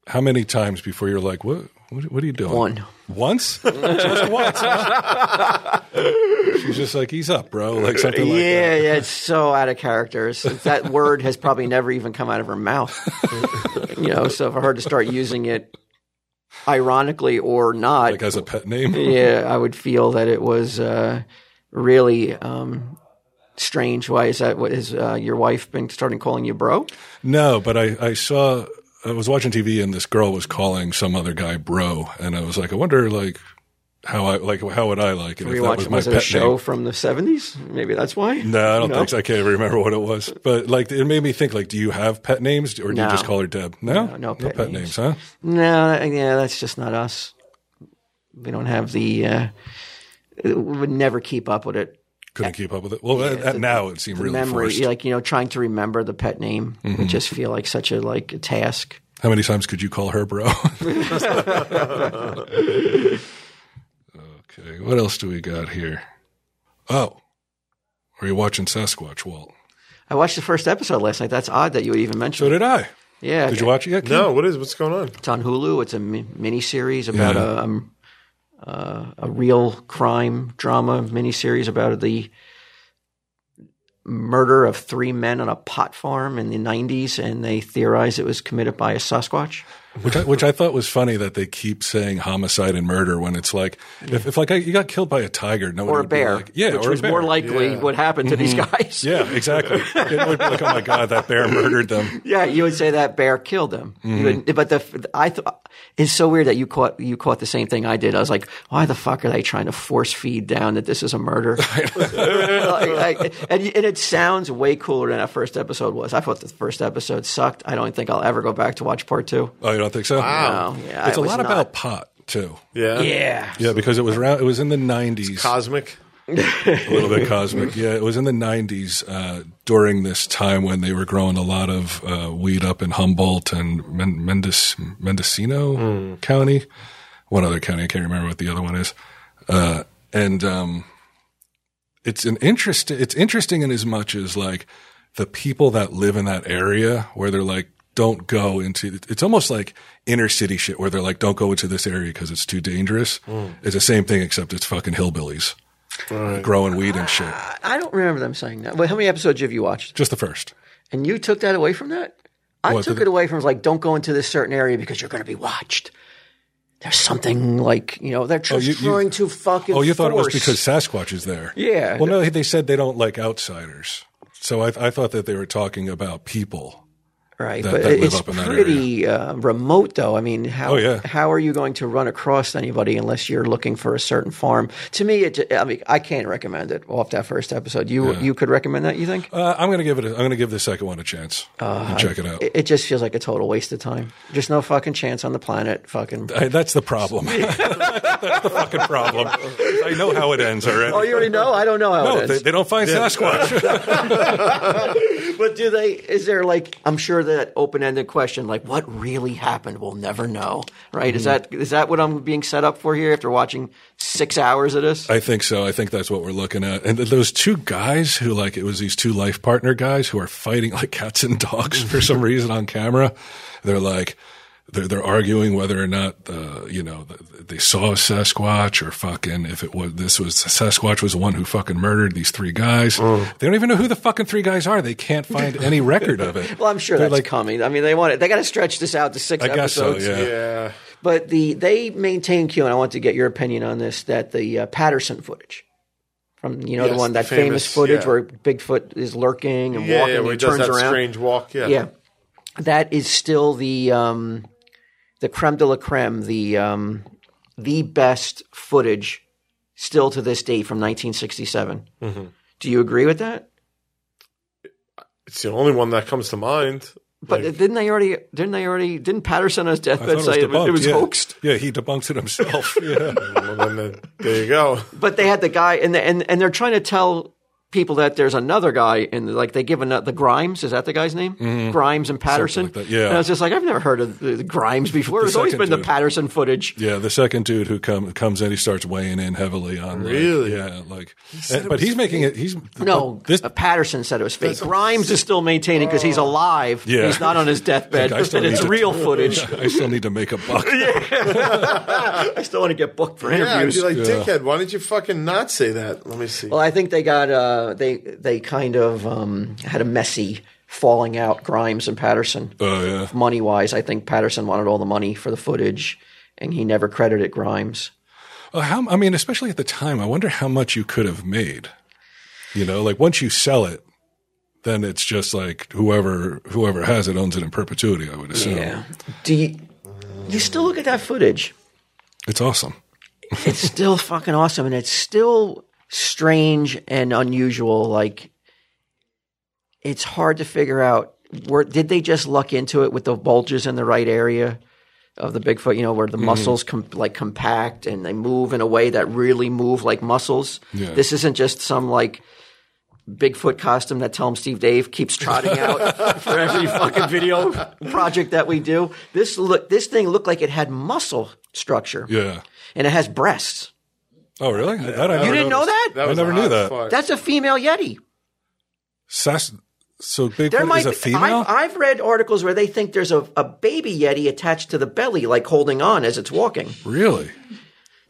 [SPEAKER 3] how many times before you're like, what, what, what are you doing?
[SPEAKER 1] One.
[SPEAKER 3] Once? just once. huh? She's just like, ease up, bro. Like something like that.
[SPEAKER 1] yeah, yeah, it's so out of character. It's- that word has probably never even come out of her mouth. you know, so for her to start using it ironically or not,
[SPEAKER 3] Like as a pet name.
[SPEAKER 1] yeah, I would feel that it was uh, really um, strange. Why is that? What is uh, your wife been starting calling you bro?
[SPEAKER 3] No, but I, I saw I was watching TV and this girl was calling some other guy bro, and I was like, I wonder like how I like how would I like it
[SPEAKER 1] Were you watching? Was it a show from the seventies? Maybe that's why.
[SPEAKER 3] No, I don't think so. I can't even remember what it was, but like it made me think like, do you have pet names or do
[SPEAKER 1] No.
[SPEAKER 3] you just call her Deb? No,
[SPEAKER 1] No, no pet names.
[SPEAKER 3] huh?
[SPEAKER 1] No, yeah, that's just not us. We don't have the. Uh, we would never keep up with it.
[SPEAKER 3] Couldn't keep up with it. Well, that, that- now it seemed really
[SPEAKER 1] Memory,
[SPEAKER 3] forced. Mm-hmm.
[SPEAKER 1] like you know, trying to remember the pet name, would just feel like such a like a task.
[SPEAKER 3] How many times could you call her bro? okay, what else do we got here? Oh, are you watching Sasquatch, Walt?
[SPEAKER 1] I watched the first episode last night. That's odd that you would even mention.
[SPEAKER 3] So
[SPEAKER 1] it.
[SPEAKER 3] did I.
[SPEAKER 1] Yeah,
[SPEAKER 3] Did you watch it yet? Keith?
[SPEAKER 2] No,
[SPEAKER 1] Hmm.
[SPEAKER 2] what is? What's going on?
[SPEAKER 1] It's on Hulu. It's a mi- mini series about
[SPEAKER 3] Yeah.
[SPEAKER 1] a um, uh, a real crime drama mini series about the murder of three men on a pot farm in the 90s and they theorize it was committed by a Sasquatch.
[SPEAKER 3] which I, which I thought was funny that they keep saying homicide and murder when it's like if, if like I, you got killed by a tiger, no
[SPEAKER 1] Or a bear.
[SPEAKER 3] like, yeah,
[SPEAKER 1] which
[SPEAKER 3] or a
[SPEAKER 1] was
[SPEAKER 3] bear.
[SPEAKER 1] more likely what happened to these guys.
[SPEAKER 3] yeah, exactly. it would be like, oh my god, that bear murdered them.
[SPEAKER 1] Yeah, you would say that bear killed them. You would, but the I thought it's so weird that you caught you caught the same thing I did. I was like, why the fuck are they trying to force feed down that this is a murder? Like, like, and, and it sounds way cooler than that first episode was. I thought the first episode sucked. I don't think I'll ever go back to watch part two.
[SPEAKER 3] Oh, you don't think so?
[SPEAKER 1] No, yeah,
[SPEAKER 3] it's
[SPEAKER 1] it
[SPEAKER 3] a
[SPEAKER 1] was
[SPEAKER 3] lot
[SPEAKER 1] not-
[SPEAKER 3] about pot too.
[SPEAKER 2] Yeah.
[SPEAKER 1] yeah.
[SPEAKER 3] Yeah, because it was around. It was in the nineties.
[SPEAKER 2] Cosmic.
[SPEAKER 3] a little bit cosmic. Yeah, it was in the 90s uh, during this time when they were growing a lot of uh, weed up in Humboldt and Men- Mendes- Mendocino County. One other county, I can't remember what the other one is. Uh, and um, it's an interest. It's interesting in as much as like the people that live in that area where they're like don't go into it's almost like inner city shit where they're like don't go into this area because it's too dangerous it's the same thing except it's fucking hillbillies growing weed and shit
[SPEAKER 1] I don't remember them saying that. Well, how many episodes have you watched?
[SPEAKER 3] just the first
[SPEAKER 1] And you took that away from that? I
[SPEAKER 3] What,
[SPEAKER 1] took
[SPEAKER 3] did-
[SPEAKER 1] it away from like, don't go into this certain area because you're going to be watched. There's something like, you know, they're just
[SPEAKER 3] Oh, you- you-
[SPEAKER 1] trying to fucking.
[SPEAKER 3] oh you thought it was
[SPEAKER 1] force-
[SPEAKER 3] because sasquatch is there
[SPEAKER 1] Yeah.
[SPEAKER 3] well no they said they don't like outsiders so i, I thought that they were talking about people
[SPEAKER 1] Right,
[SPEAKER 3] that-
[SPEAKER 1] but
[SPEAKER 3] that live
[SPEAKER 1] it's
[SPEAKER 3] up in that
[SPEAKER 1] pretty uh, remote, though. I mean, how
[SPEAKER 3] Oh, yeah.
[SPEAKER 1] how are you going to run across anybody unless you're looking for a certain farm? To me, it, I mean, I can't recommend it off that first episode. You you could recommend that? You think?
[SPEAKER 3] uh, i'm gonna give it a, i'm gonna give the second one a chance
[SPEAKER 1] Uh-huh.
[SPEAKER 3] and check it out
[SPEAKER 1] It, it just feels like a total waste of time. Just no fucking chance on the planet. Fucking.
[SPEAKER 3] I, that's the problem. that's the fucking problem. I know how it ends already.
[SPEAKER 1] Oh, you already know. I don't know how
[SPEAKER 3] no,
[SPEAKER 1] it
[SPEAKER 3] they,
[SPEAKER 1] is.
[SPEAKER 3] they don't find Sasquatch.
[SPEAKER 1] but do they? Is there like? I'm sure that open ended question, like what really happened, we'll never know. Right? Is
[SPEAKER 2] Mm-hmm.
[SPEAKER 1] that is that what I'm being set up for here after watching six hours of this?
[SPEAKER 3] I think so. I think that's what we're looking at. And th- those two guys who like it was these two life partner guys who are fighting like cats and dogs for some reason on camera. They're like they're they're arguing whether or not uh, you know th- they saw a Sasquatch or fucking if it was this was Sasquatch was the one who fucking murdered these three guys.
[SPEAKER 1] Oh.
[SPEAKER 3] They don't even know who the fucking three guys are. They can't find any record of it.
[SPEAKER 1] Well, I'm sure
[SPEAKER 3] They're
[SPEAKER 1] that's coming. I mean, they want it. They got to stretch this out to six
[SPEAKER 3] I guess so.
[SPEAKER 1] episodes.
[SPEAKER 3] yeah.
[SPEAKER 2] Yeah.
[SPEAKER 1] But the they maintain Q, and I want to get your opinion on this. That the uh, Patterson footage from you know
[SPEAKER 2] Yes,
[SPEAKER 1] the one
[SPEAKER 2] the
[SPEAKER 1] that famous,
[SPEAKER 2] famous-
[SPEAKER 1] footage
[SPEAKER 2] yeah.
[SPEAKER 1] where Bigfoot is lurking and
[SPEAKER 2] Yeah,
[SPEAKER 1] walking
[SPEAKER 2] yeah,
[SPEAKER 1] and
[SPEAKER 2] where
[SPEAKER 1] he
[SPEAKER 2] he does
[SPEAKER 1] turns
[SPEAKER 2] that
[SPEAKER 1] around.
[SPEAKER 2] strange walk. Yeah.
[SPEAKER 1] Yeah, that is still the um, the creme de la creme, the um, the best footage still to this date from 1967.
[SPEAKER 3] Mm-hmm.
[SPEAKER 1] Do you agree with that?
[SPEAKER 2] It's the only one that comes to mind.
[SPEAKER 1] But didn't they already? Didn't they already? Didn't Patterson on his
[SPEAKER 3] I
[SPEAKER 1] deathbed
[SPEAKER 3] thought
[SPEAKER 1] say it was, it
[SPEAKER 3] debunked,
[SPEAKER 1] was
[SPEAKER 3] yeah.
[SPEAKER 1] hoaxed?
[SPEAKER 3] Yeah, he debunks it himself. yeah.
[SPEAKER 2] Well, then the- there you go.
[SPEAKER 1] But they had the guy, and the, and and they're trying to tell people that there's another guy, and like they give another the Grimes. Is that the guy's name? Grimes and Patterson.
[SPEAKER 3] Mm-hmm. like that, yeah.
[SPEAKER 1] And I was just like, I've never heard of the, the Grimes before. There's always
[SPEAKER 3] second
[SPEAKER 1] been the
[SPEAKER 3] dude.
[SPEAKER 1] Patterson footage.
[SPEAKER 3] Yeah, the second dude who come, comes in, he starts weighing in heavily on. Like,
[SPEAKER 2] Really?
[SPEAKER 3] Yeah, like, and- but he's making it. He's
[SPEAKER 1] No,
[SPEAKER 3] This Oh.
[SPEAKER 1] uh, Patterson said it was fake. Grimes is still maintaining because he's alive.
[SPEAKER 3] Yeah.
[SPEAKER 1] He's not on his deathbed.
[SPEAKER 3] I still
[SPEAKER 1] And
[SPEAKER 3] need
[SPEAKER 1] it's
[SPEAKER 3] to-
[SPEAKER 1] real footage.
[SPEAKER 3] I still need to make a buck.
[SPEAKER 1] I still want to get booked for
[SPEAKER 2] Yeah, I'd
[SPEAKER 1] interviews.
[SPEAKER 2] be like, dickhead, why didn't you fucking not say that? Let me see.
[SPEAKER 1] Well, I think they got uh, they they kind of um, had a messy falling out. Grimes and Patterson,
[SPEAKER 3] Oh yeah.
[SPEAKER 1] money wise, I think Patterson wanted all the money for the footage, and he never credited Grimes.
[SPEAKER 3] Well, how? I mean, especially at the time, I wonder how much you could have made. You know, like once you sell it, then it's just like whoever whoever has it owns it in perpetuity. I would assume.
[SPEAKER 1] Do you you still look at that footage?
[SPEAKER 3] It's awesome.
[SPEAKER 1] It's still fucking awesome, and it's still strange and unusual. Like it's hard to figure out where did they just luck into it with the bulges in the right area of the Bigfoot, you know, where the
[SPEAKER 3] Mm-hmm.
[SPEAKER 1] muscles com- like compact and they move in a way that really move like muscles.
[SPEAKER 3] Yeah.
[SPEAKER 1] This isn't just some like Bigfoot costume that Tell 'em Steve Dave keeps trotting out for every fucking video project that we do. This look, this thing looked like it had muscle structure
[SPEAKER 3] Yeah.
[SPEAKER 1] and it has breasts.
[SPEAKER 3] Oh really? That I
[SPEAKER 1] You
[SPEAKER 3] never
[SPEAKER 1] didn't know
[SPEAKER 3] noticed.
[SPEAKER 1] that?
[SPEAKER 3] I
[SPEAKER 2] was
[SPEAKER 3] never knew
[SPEAKER 2] hot
[SPEAKER 3] that.
[SPEAKER 2] fuck.
[SPEAKER 1] That's a female Yeti.
[SPEAKER 3] Sas- so Bigfoot
[SPEAKER 1] There might
[SPEAKER 3] is a
[SPEAKER 1] be-
[SPEAKER 3] female.
[SPEAKER 1] I've, I've read articles where they think there's a, a baby Yeti attached to the belly, like holding on as it's walking.
[SPEAKER 3] Really?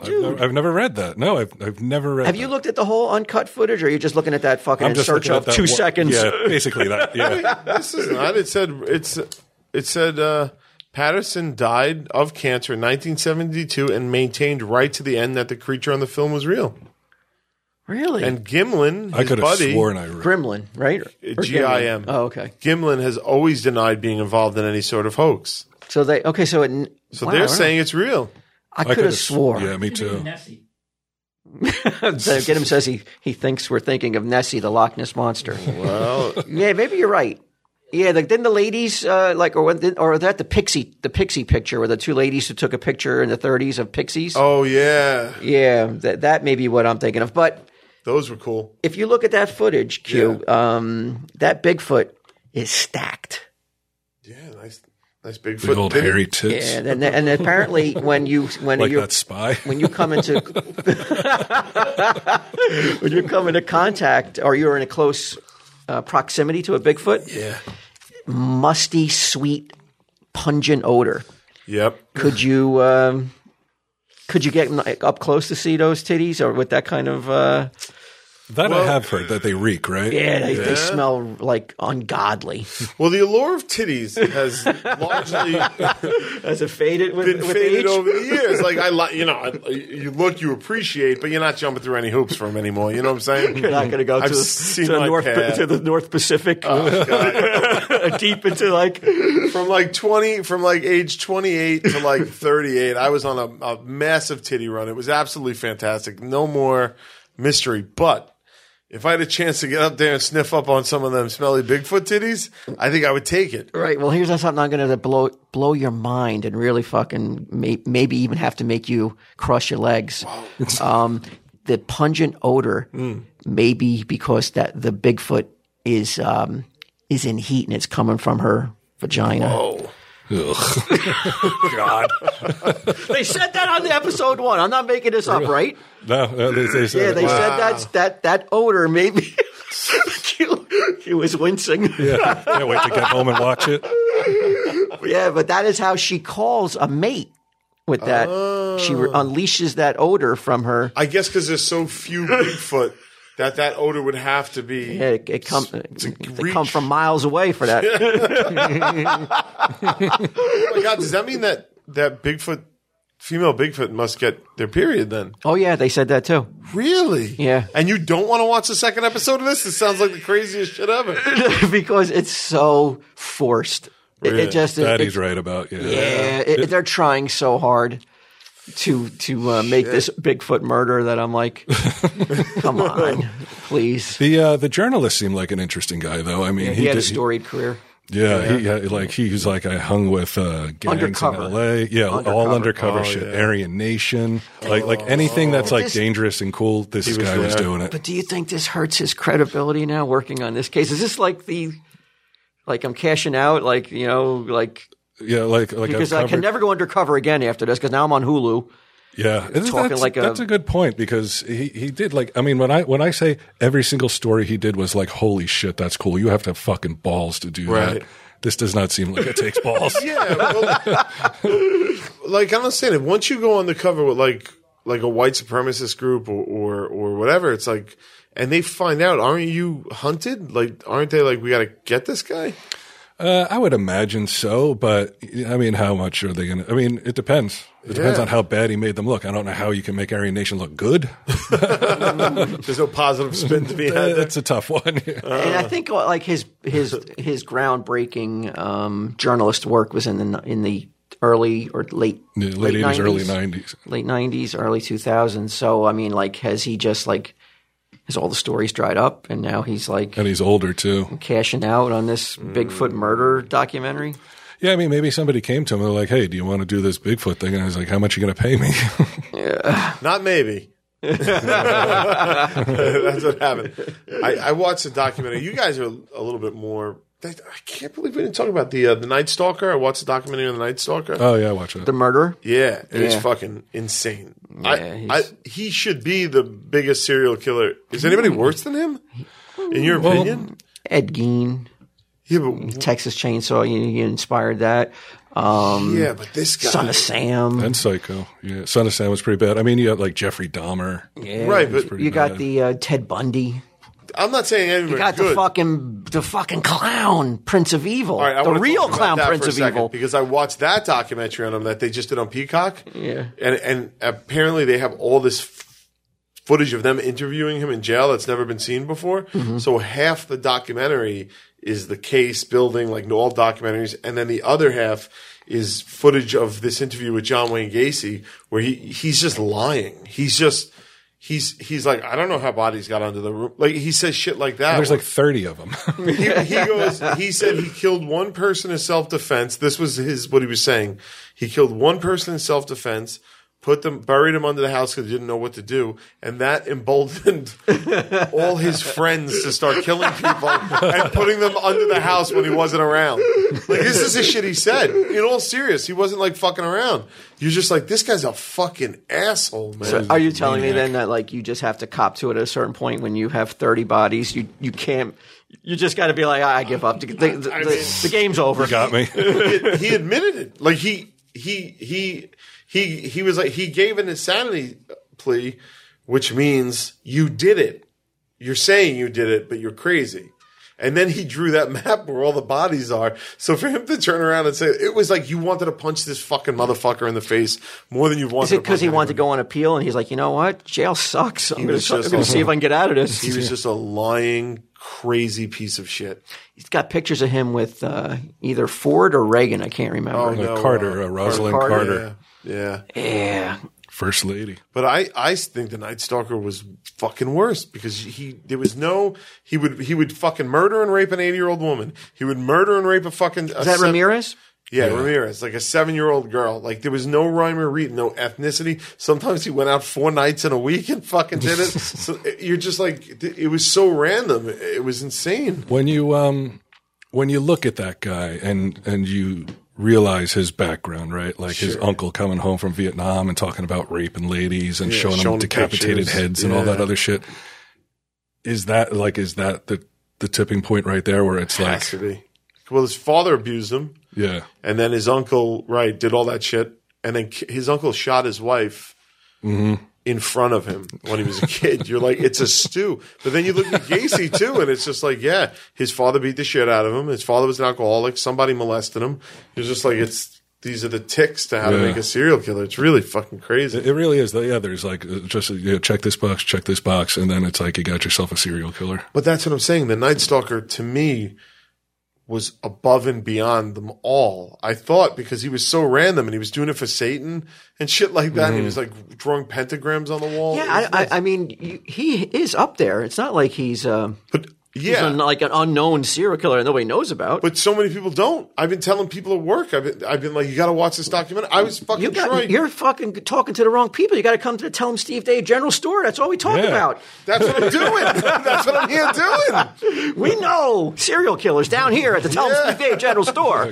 [SPEAKER 3] I've never, I've never read that. No, I've, I've never read
[SPEAKER 1] Have
[SPEAKER 3] that.
[SPEAKER 1] you looked at the whole uncut footage, or are you just looking at that fucking in search
[SPEAKER 3] looking at
[SPEAKER 1] of
[SPEAKER 3] that
[SPEAKER 1] two
[SPEAKER 3] one-
[SPEAKER 1] seconds?
[SPEAKER 3] Yeah, basically that. Yeah.
[SPEAKER 2] this is not. It said it's it said uh, Patterson died of cancer in 1972 and maintained right to the end that the creature on the film was real.
[SPEAKER 1] Really?
[SPEAKER 2] And Gimlin,
[SPEAKER 3] I
[SPEAKER 2] his
[SPEAKER 3] could have
[SPEAKER 2] buddy,
[SPEAKER 3] sworn I read.
[SPEAKER 1] Gremlin, right? Or- or Gremlin?
[SPEAKER 2] GIM.
[SPEAKER 1] Oh, okay.
[SPEAKER 2] Gimlin has always denied being involved in any sort of hoax.
[SPEAKER 1] So they okay. So it.
[SPEAKER 2] So they're saying it's real.
[SPEAKER 1] I could have swore.
[SPEAKER 3] Yeah, me too.
[SPEAKER 4] Nessie.
[SPEAKER 1] so Gidim says he, he thinks we're thinking of Nessie, the Loch Ness monster.
[SPEAKER 2] Well,
[SPEAKER 1] yeah, maybe you're right. Yeah, like didn't the ladies uh, like or when- or that the pixie the pixie picture where the two ladies who took a picture in the 30s of pixies?
[SPEAKER 2] oh yeah,
[SPEAKER 1] Yeah, that that may be what I'm thinking of. But
[SPEAKER 2] those were cool.
[SPEAKER 1] if you look at that footage, Q, um, that Bigfoot is stacked.
[SPEAKER 2] Yeah, nice, nice
[SPEAKER 3] Big
[SPEAKER 2] Bigfoot.
[SPEAKER 3] old
[SPEAKER 2] dick.
[SPEAKER 3] hairy tits.
[SPEAKER 1] And and, and apparently when you when
[SPEAKER 3] like
[SPEAKER 1] you
[SPEAKER 3] that spy.
[SPEAKER 1] when you come into when you come into contact or you're in a close uh, proximity to a Bigfoot,
[SPEAKER 2] Yeah,
[SPEAKER 1] musty, sweet, pungent odor.
[SPEAKER 2] Yep.
[SPEAKER 1] Could you um, could you get like, up close to see those titties, or with that kind of? Uh,
[SPEAKER 3] That
[SPEAKER 2] Well-
[SPEAKER 3] I have heard that they reek, right?
[SPEAKER 1] yeah, they, they smell like ungodly.
[SPEAKER 2] Well, the allure of titties has largely
[SPEAKER 1] As it faded with,
[SPEAKER 2] been
[SPEAKER 1] with
[SPEAKER 2] faded
[SPEAKER 1] age?
[SPEAKER 2] over the years. Like I, li- you know, I, you look, you appreciate, but you're not jumping through any hoops for them anymore. You know what I'm saying?
[SPEAKER 1] You're not going to go to,
[SPEAKER 2] I've
[SPEAKER 1] the,
[SPEAKER 2] seen
[SPEAKER 1] to, the
[SPEAKER 2] my Oh,
[SPEAKER 1] North,
[SPEAKER 2] path.
[SPEAKER 1] to the North Pacific, deep into like.
[SPEAKER 2] from like 20 from like age 28 to like 38 i was on a, a massive titty run it was absolutely fantastic no more mystery but if i had a chance to get up there and sniff up on some of them smelly bigfoot titties i think i would take it
[SPEAKER 1] Right. Well, here's something I'm going to blow blow your mind and really fucking may, maybe even have to make you crush your legs. um, the pungent odor,
[SPEAKER 3] Mm.
[SPEAKER 1] maybe because that the Bigfoot is um, is in heat and it's coming from her vagina.
[SPEAKER 3] Ugh.
[SPEAKER 2] god
[SPEAKER 1] They said that on the episode one. I'm not making this up, right?
[SPEAKER 3] No, uh, they, they said,
[SPEAKER 1] Yeah, they
[SPEAKER 3] wow.
[SPEAKER 1] said that's that that odor maybe. Q, Q was wincing.
[SPEAKER 3] Yeah. Can't wait to get home and watch it.
[SPEAKER 1] Yeah, but that is how she calls a mate with that. She re- unleashes that odor from her.
[SPEAKER 2] i guess because there's so few bigfoot that that odor would have to be
[SPEAKER 1] Yeah, It, it come, they come
[SPEAKER 2] reach.
[SPEAKER 1] from miles away for that.
[SPEAKER 2] oh my god does that mean that that bigfoot female bigfoot must get their period then
[SPEAKER 1] Oh, yeah, they said that too.
[SPEAKER 2] really
[SPEAKER 1] Yeah.
[SPEAKER 2] and you don't want to watch the second episode of this it sounds like the craziest shit ever
[SPEAKER 1] because it's so forced. It, it just, it,
[SPEAKER 3] That
[SPEAKER 1] it-
[SPEAKER 3] he's right about. Yeah.
[SPEAKER 1] yeah, it- it- they're trying so hard to to uh, make this Bigfoot murder that I'm like, come on, please.
[SPEAKER 3] The uh, the journalist seemed like an interesting guy, though. I mean,
[SPEAKER 1] He had a
[SPEAKER 3] did-
[SPEAKER 1] storied career.
[SPEAKER 3] Yeah, He, uh, like he's like I hung with uh, gangs
[SPEAKER 1] Undercover.
[SPEAKER 3] in L.A. Yeah, all undercover shit. Aryan Nation, like like anything that's like
[SPEAKER 1] This-
[SPEAKER 3] dangerous and cool. This
[SPEAKER 2] was
[SPEAKER 3] guy was
[SPEAKER 2] there.
[SPEAKER 3] doing it.
[SPEAKER 1] But do you think this hurts his credibility now working on this case? Is this like the like I'm cashing out, like you know, like
[SPEAKER 3] Yeah, like like
[SPEAKER 1] because
[SPEAKER 3] I've
[SPEAKER 1] I can
[SPEAKER 3] covered-
[SPEAKER 1] never go undercover again after this because now I'm on Hulu.
[SPEAKER 3] Yeah, And
[SPEAKER 1] talking
[SPEAKER 3] that's,
[SPEAKER 1] like a-
[SPEAKER 3] that's a good point because he, he did like I mean when I when I say every single story he did was like holy shit that's cool you have to have fucking balls to do
[SPEAKER 2] Right.
[SPEAKER 3] that. This does not seem like it takes balls.
[SPEAKER 2] Yeah, well, like I don't understand it. Once you go undercover with like like a white supremacist group or, or or whatever, it's like, and they find out, aren't you hunted? Like, aren't they like, we got to get this guy?
[SPEAKER 3] Uh, I would imagine so, but I mean, how much are they going to? I mean, it depends. It depends
[SPEAKER 2] Yeah.
[SPEAKER 3] on how bad he made them look. I don't know how you can make Aryan Nation look good. Uh,
[SPEAKER 2] There's no positive spin to be had. there.
[SPEAKER 3] That's a tough one.
[SPEAKER 1] and I think uh, like his his his groundbreaking um, journalist work was in the in the early or late
[SPEAKER 3] Yeah, late eighties, early nineties.
[SPEAKER 1] late nineties, early two thousands. So I mean, like, has he just like has all the stories dried up, and now he's like
[SPEAKER 3] And he's older too.
[SPEAKER 1] cashing out on this Bigfoot
[SPEAKER 3] Mm.
[SPEAKER 1] murder documentary?
[SPEAKER 3] Yeah, I mean, maybe somebody came to him and they're like, "Hey, do you want to do this Bigfoot thing?" And I was like, "How much you going to pay me?"
[SPEAKER 2] Not maybe. That's what happened. I, I watched the documentary. You guys are a little bit more. I can't believe we didn't talk about the uh, the Night Stalker. I watched the documentary on the Night Stalker.
[SPEAKER 3] oh yeah, watch it.
[SPEAKER 1] The murder?
[SPEAKER 2] Yeah, it's
[SPEAKER 1] Yeah.
[SPEAKER 2] fucking insane.
[SPEAKER 1] Yeah,
[SPEAKER 2] I, I,
[SPEAKER 1] he's-
[SPEAKER 2] he should be the biggest serial killer. Is anybody worse than him? In your opinion?
[SPEAKER 1] Ed Gein,
[SPEAKER 2] Yeah, but
[SPEAKER 1] Texas Chainsaw. You, you inspired that. Um,
[SPEAKER 2] yeah, but this guy,
[SPEAKER 1] Son of Sam.
[SPEAKER 3] and Psycho. Yeah, Son of Sam was pretty bad. I mean, you had like Jeffrey Dahmer.
[SPEAKER 1] Yeah.
[SPEAKER 2] right? But
[SPEAKER 3] pretty
[SPEAKER 1] You got
[SPEAKER 3] bad.
[SPEAKER 1] the uh, Ted Bundy.
[SPEAKER 2] I'm not saying anybody
[SPEAKER 1] You got
[SPEAKER 2] good.
[SPEAKER 1] the fucking the fucking clown, Prince of Evil,
[SPEAKER 2] All right, I
[SPEAKER 1] the
[SPEAKER 2] wanna
[SPEAKER 1] real
[SPEAKER 2] talk about
[SPEAKER 1] clown,
[SPEAKER 2] that
[SPEAKER 1] Prince
[SPEAKER 2] for a
[SPEAKER 1] of
[SPEAKER 2] second,
[SPEAKER 1] Evil.
[SPEAKER 2] because I watched that documentary on him that they just did on Peacock.
[SPEAKER 1] Yeah.
[SPEAKER 2] and and apparently they have all this f- footage of them interviewing him in jail that's never been seen before.
[SPEAKER 1] Mm-hmm.
[SPEAKER 2] So half the documentary is the case building, like all documentaries, and then the other half is footage of this interview with John Wayne Gacy, where he he's just lying. He's just. He's he's like I don't know how bodies got under the room. Like he says shit like that.
[SPEAKER 3] There's
[SPEAKER 2] where-
[SPEAKER 3] like thirty of them.
[SPEAKER 2] he, he goes. He said he killed one person in self defense. This was his what he was saying. He killed one person in self defense. put them, buried him under the house because they didn't know what to do, and that emboldened all his friends to start killing people and putting them under the house when he wasn't around. Like this is the shit he said. In all serious, he wasn't like fucking around. You're just like this guy's a fucking asshole, man.
[SPEAKER 1] Are you telling me then that like you just have to cop to it at a certain point when you have thirty bodies? You you can't. You just got to be like, I give up. The, the, the, the, the game's over.
[SPEAKER 3] Got me.
[SPEAKER 2] It- he admitted it. Like he he he he he was like he gave an insanity plea, which means you did it. You're saying you did it, but you're crazy. And then he drew that map where all the bodies are. So for him to turn around and say it was like you wanted to punch this fucking motherfucker in the face more than you wanted.
[SPEAKER 1] Is it because he wanted to go on appeal and he's like, you know what? Jail sucks. I'm going
[SPEAKER 2] was just
[SPEAKER 1] to
[SPEAKER 2] like-
[SPEAKER 1] see if I can get out of this.
[SPEAKER 2] He was just a lying, crazy piece of shit.
[SPEAKER 1] He's got pictures of him with uh, either Ford or Reagan. I can't remember.
[SPEAKER 2] no,
[SPEAKER 3] Carter,
[SPEAKER 2] uh,
[SPEAKER 3] uh, Rosalind
[SPEAKER 1] Carter,
[SPEAKER 3] Carter,
[SPEAKER 2] Yeah, yeah.
[SPEAKER 1] Yeah.
[SPEAKER 3] first lady.
[SPEAKER 2] But I, I think the Night Stalker was fucking worse because he there was no he would he would fucking murder and rape an eighty year old woman. He would murder and rape a fucking
[SPEAKER 1] Is that Ramirez?
[SPEAKER 2] Yeah, Ramirez, like a seven year old girl. Like there was no rhyme or reason, no ethnicity. Sometimes he went out four nights in a week and fucking did it. so it- you're just like it was so random. It was insane.
[SPEAKER 3] When you um when you look at that guy and and you realize his background, right? Like his uncle coming home from Vietnam and talking about raping ladies and showing
[SPEAKER 2] showing
[SPEAKER 3] them decapitated
[SPEAKER 2] pictures.
[SPEAKER 3] heads and all that other shit. Is that like is that the the tipping point right there where it's like
[SPEAKER 2] Has to be. Well, his father abused him.
[SPEAKER 3] yeah.
[SPEAKER 2] And then his uncle, right, did all that shit. And then ki- his uncle shot his wife
[SPEAKER 3] Mm-hmm.
[SPEAKER 2] in front of him when he was a kid. You're like, it's a stew. But then you look at Gacy too, and it's just like, yeah, his father beat the shit out of him. His father was an alcoholic. Somebody molested him. It's just like, it's these are the ticks to how to
[SPEAKER 3] Yeah.
[SPEAKER 2] make a serial killer. It's really fucking crazy.
[SPEAKER 3] It really is. Yeah, there's like uh, just uh, yeah, check this box, check this box, and then it's like you got yourself a serial killer.
[SPEAKER 2] But that's what I'm saying. The Night Stalker to me was above and beyond them all. I thought because he was so random and he was doing it for Satan and shit like that. And he was like drawing pentagrams on the wall.
[SPEAKER 1] Yeah, I, I, I mean, you, he is up there. It's not like he's, uh,
[SPEAKER 2] but
[SPEAKER 1] he's
[SPEAKER 2] yeah,
[SPEAKER 1] an- like an unknown serial killer that nobody knows about.
[SPEAKER 2] but so many people don't. I've been telling people at work. I've been, I've been like, you got to watch this documentary. I was fucking
[SPEAKER 1] you got,
[SPEAKER 2] trying.
[SPEAKER 1] you're fucking talking to the wrong people. You got to come to the Tell 'em Steve Dave General Store. That's all we talk
[SPEAKER 3] Yeah.
[SPEAKER 1] about.
[SPEAKER 2] That's what I'm doing. That's what I'm here doing.
[SPEAKER 1] We know serial killers down here at the Tell 'em
[SPEAKER 2] Yeah.
[SPEAKER 1] Steve Dave General Store.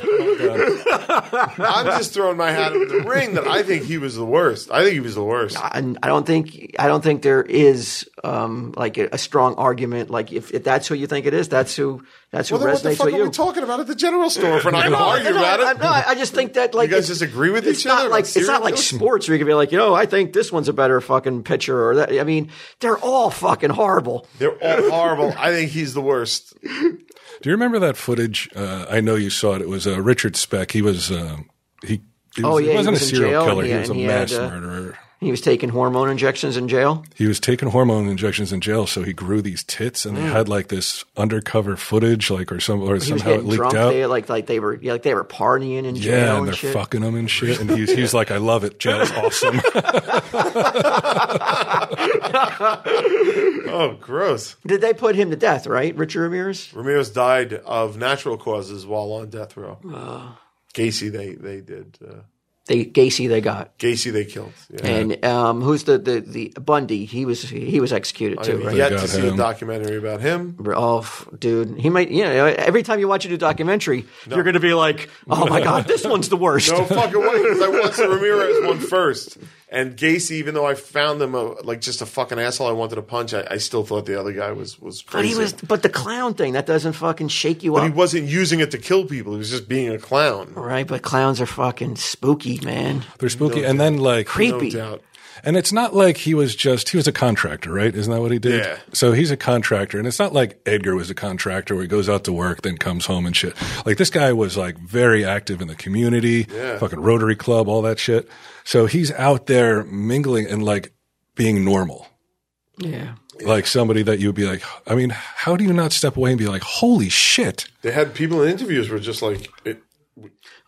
[SPEAKER 2] I'm just throwing my hat in the ring that I think he was the worst. I think he was the worst.
[SPEAKER 1] and I don't think I don't think there is um, like a, a strong argument. Like if, if that's who you think it is, that's who that's who
[SPEAKER 2] Well, then what the
[SPEAKER 1] resonates
[SPEAKER 2] fuck
[SPEAKER 1] with
[SPEAKER 2] are
[SPEAKER 1] you.
[SPEAKER 2] we talking about at the general store if we're not going to
[SPEAKER 1] No,
[SPEAKER 2] argue
[SPEAKER 1] no,
[SPEAKER 2] about
[SPEAKER 1] I,
[SPEAKER 2] it?
[SPEAKER 1] no, I- I just think that like
[SPEAKER 2] guys
[SPEAKER 1] it's-
[SPEAKER 2] disagree with
[SPEAKER 1] it's
[SPEAKER 2] each
[SPEAKER 1] not
[SPEAKER 2] other
[SPEAKER 1] Like it's
[SPEAKER 2] about
[SPEAKER 1] not
[SPEAKER 2] serial
[SPEAKER 1] like
[SPEAKER 2] killers?
[SPEAKER 1] sports where you can be like, you know, I think this one's a better fucking pitcher or that. I mean, they're all fucking horrible.
[SPEAKER 2] They're all horrible. I think he's the worst.
[SPEAKER 3] Do you remember that footage? Uh, I know you saw it. It was uh, Richard Speck. He was uh, he. He,
[SPEAKER 1] Oh,
[SPEAKER 3] was,
[SPEAKER 1] yeah, he
[SPEAKER 3] he wasn't
[SPEAKER 1] was in
[SPEAKER 3] a
[SPEAKER 1] jail,
[SPEAKER 3] serial killer.
[SPEAKER 1] and
[SPEAKER 3] He,
[SPEAKER 1] he-
[SPEAKER 3] was a
[SPEAKER 1] and he
[SPEAKER 3] mass
[SPEAKER 1] had, uh,
[SPEAKER 3] murderer.
[SPEAKER 1] He was taking hormone injections in jail.
[SPEAKER 3] He was taking hormone injections in jail, so he grew these tits, and they had like this undercover footage, like or some or
[SPEAKER 1] Mm. He was
[SPEAKER 3] somehow it
[SPEAKER 1] getting
[SPEAKER 3] leaked
[SPEAKER 1] drunk.
[SPEAKER 3] out.
[SPEAKER 1] They like like they were yeah, like they were partying in jail
[SPEAKER 3] yeah,
[SPEAKER 1] and,
[SPEAKER 3] and they're
[SPEAKER 1] shit.
[SPEAKER 3] fucking him and shit. And he's, he's like, "I love it. Jail's awesome."
[SPEAKER 2] Oh, gross.
[SPEAKER 1] Did they put him to death? Right, Richard Ramirez.
[SPEAKER 2] Ramirez died of natural causes while on death row.
[SPEAKER 1] Oh.
[SPEAKER 2] Gacy, they they did. Uh,
[SPEAKER 1] They Gacy they got.
[SPEAKER 2] Gacy, they killed. Yeah.
[SPEAKER 1] And um, who's the, the the Bundy? He was he was executed too,
[SPEAKER 2] I've
[SPEAKER 1] right?
[SPEAKER 2] yet to
[SPEAKER 3] Got
[SPEAKER 2] see a
[SPEAKER 3] him.
[SPEAKER 2] documentary about him.
[SPEAKER 1] Oh, f- dude, he might. You know, every time you watch a new documentary, you're going to be like, "Oh my god, this one's the worst."
[SPEAKER 2] No fucking way, because I watched the Ramirez one first. And Gacy, even though I found him a, like just a fucking asshole, I wanted to punch. I, I still thought the other guy was was
[SPEAKER 1] But
[SPEAKER 2] crazy.
[SPEAKER 1] he was, but the clown thing that doesn't fucking shake you
[SPEAKER 2] But he
[SPEAKER 1] up,
[SPEAKER 2] wasn't using it to kill people. He was just being a clown.
[SPEAKER 1] right? But clowns are fucking spooky, man,
[SPEAKER 3] they're spooky, and then like
[SPEAKER 2] No
[SPEAKER 1] creepy.
[SPEAKER 2] doubt.
[SPEAKER 3] And it's not like he was just, he was a contractor, right? Isn't that what he did?
[SPEAKER 2] Yeah.
[SPEAKER 3] So he's a contractor. And it's not like Edgar was a contractor where he goes out to work, then comes home and shit. Like this guy was like very active in the community, fucking Rotary Club, all that shit. So he's out there mingling and like being normal.
[SPEAKER 1] yeah,
[SPEAKER 3] Like somebody that you would be like, I mean, how do you not step away and be like, holy shit?
[SPEAKER 2] They had people in interviews were just like, it,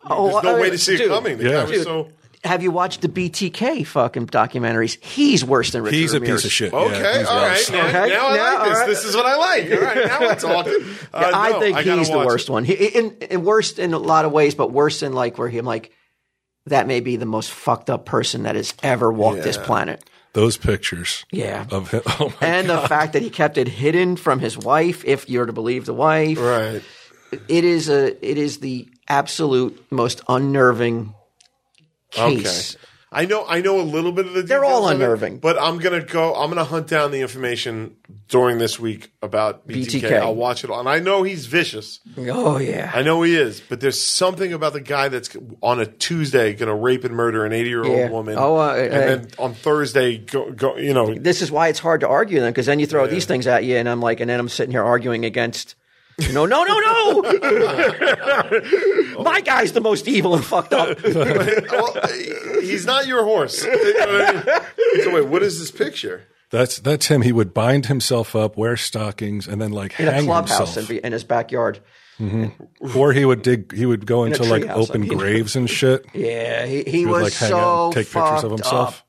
[SPEAKER 1] Oh,
[SPEAKER 2] there's no
[SPEAKER 1] I-
[SPEAKER 2] way to see
[SPEAKER 1] dude,
[SPEAKER 2] it coming. The guy
[SPEAKER 3] Yeah.
[SPEAKER 2] was
[SPEAKER 1] Dude.
[SPEAKER 2] so.
[SPEAKER 1] Have you watched the BTK fucking documentaries? He's worse than Richard.
[SPEAKER 3] He's a
[SPEAKER 1] Ramirez.
[SPEAKER 3] piece of shit. Yeah,
[SPEAKER 2] Okay,
[SPEAKER 3] he's
[SPEAKER 2] all right.
[SPEAKER 3] worse.
[SPEAKER 2] Now,
[SPEAKER 1] Okay,
[SPEAKER 2] now I
[SPEAKER 1] now,
[SPEAKER 2] like this.
[SPEAKER 1] all right.
[SPEAKER 2] This is what I like. All right, now we're talking. Uh,
[SPEAKER 1] I
[SPEAKER 2] no,
[SPEAKER 1] think
[SPEAKER 2] gotta
[SPEAKER 1] he's the
[SPEAKER 2] watch
[SPEAKER 1] worst
[SPEAKER 2] it.
[SPEAKER 1] one. He, in, in worst in a lot of ways, but worse in like where he, I'm like, that may be the most fucked up person that has ever walked this
[SPEAKER 2] Yeah.
[SPEAKER 1] planet.
[SPEAKER 3] Those pictures
[SPEAKER 1] Yeah.
[SPEAKER 3] of him. Oh my
[SPEAKER 1] and the fact that he kept it hidden from his wife, if you're to believe the wife,
[SPEAKER 2] Right.
[SPEAKER 1] it is a it is the absolute most unnerving case.
[SPEAKER 2] I know I know a little bit of the
[SPEAKER 1] They're all
[SPEAKER 2] details of it,
[SPEAKER 1] unnerving.
[SPEAKER 2] but I'm gonna go I'm gonna hunt down the information during this week about BTK.
[SPEAKER 1] BTK.
[SPEAKER 2] I'll watch it all. And I know he's vicious.
[SPEAKER 1] Oh yeah,
[SPEAKER 2] I know he is, but there's something about the guy that's on a Tuesday gonna rape and murder an eighty year
[SPEAKER 1] Yeah.
[SPEAKER 2] old woman.
[SPEAKER 1] Oh, uh,
[SPEAKER 2] and
[SPEAKER 1] uh,
[SPEAKER 2] then on Thursday go, go you know
[SPEAKER 1] this is why it's hard to argue them because then you throw these things at you, and I'm like, and then I'm sitting here arguing against. No, no, no, no! My guy's the most evil and fucked up.
[SPEAKER 2] well, he's not your horse. You know what I mean? So wait, what is this picture?
[SPEAKER 3] That's that's him. He would bind himself up, wear stockings, and then like
[SPEAKER 1] In a
[SPEAKER 3] hang
[SPEAKER 1] clubhouse
[SPEAKER 3] himself.
[SPEAKER 1] in, in his backyard.
[SPEAKER 3] or he would dig. He would go into
[SPEAKER 1] tree
[SPEAKER 3] like
[SPEAKER 1] house, I
[SPEAKER 3] open
[SPEAKER 1] mean.
[SPEAKER 3] graves and shit. He
[SPEAKER 1] Yeah, he, he,
[SPEAKER 3] would
[SPEAKER 1] was
[SPEAKER 3] like hang
[SPEAKER 1] so
[SPEAKER 3] out, and take pictures of
[SPEAKER 1] fucked
[SPEAKER 3] himself.
[SPEAKER 1] up.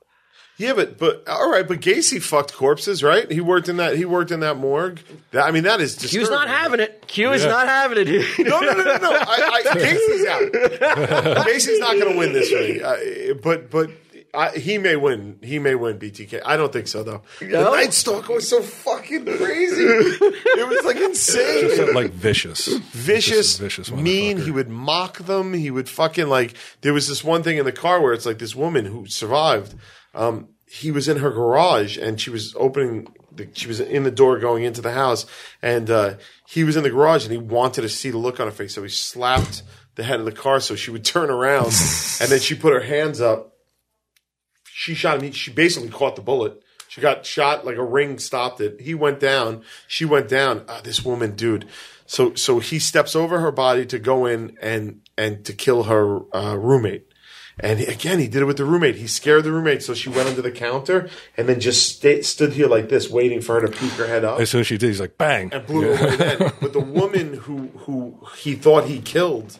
[SPEAKER 2] Yeah, but but all right, but Gacy fucked corpses, right? He worked in that he worked in that morgue. That, I mean, that is disturbing.
[SPEAKER 1] Q's not having it. Q is
[SPEAKER 3] Yeah.
[SPEAKER 1] not having it.
[SPEAKER 2] No, no, no, no, no. I, I, Gacy's out. Gacy's not going to win this week. I, but but I, he may win. He may win BTK. I don't think so though. The
[SPEAKER 1] No?
[SPEAKER 2] Night Stalker was so fucking crazy. it was like insane.
[SPEAKER 3] Just, like vicious,
[SPEAKER 2] vicious,
[SPEAKER 3] vicious,
[SPEAKER 2] mean.
[SPEAKER 3] motherfucker.
[SPEAKER 2] He would mock them. He would fucking like. There was this one thing in the car where it's like this woman who survived. Um, he was in her garage and she was opening. The, she was in the door going into the house, and uh, he was in the garage and he wanted to see the look on her face, so he slapped the head of the car so she would turn around, and then she put her hands up she shot him. She basically caught the bullet. She got shot like a ring stopped it. He went down. She went down. Ah, this woman, dude. So so he steps over her body to go in and and to kill her uh, roommate. And he- again, he did it with the roommate. He scared the roommate, so she went under the counter and then just sta- stood here like this, waiting for her to peek her head up
[SPEAKER 3] As soon as she did, he's like bang.
[SPEAKER 2] and blew it away then. But the woman who who he thought he killed,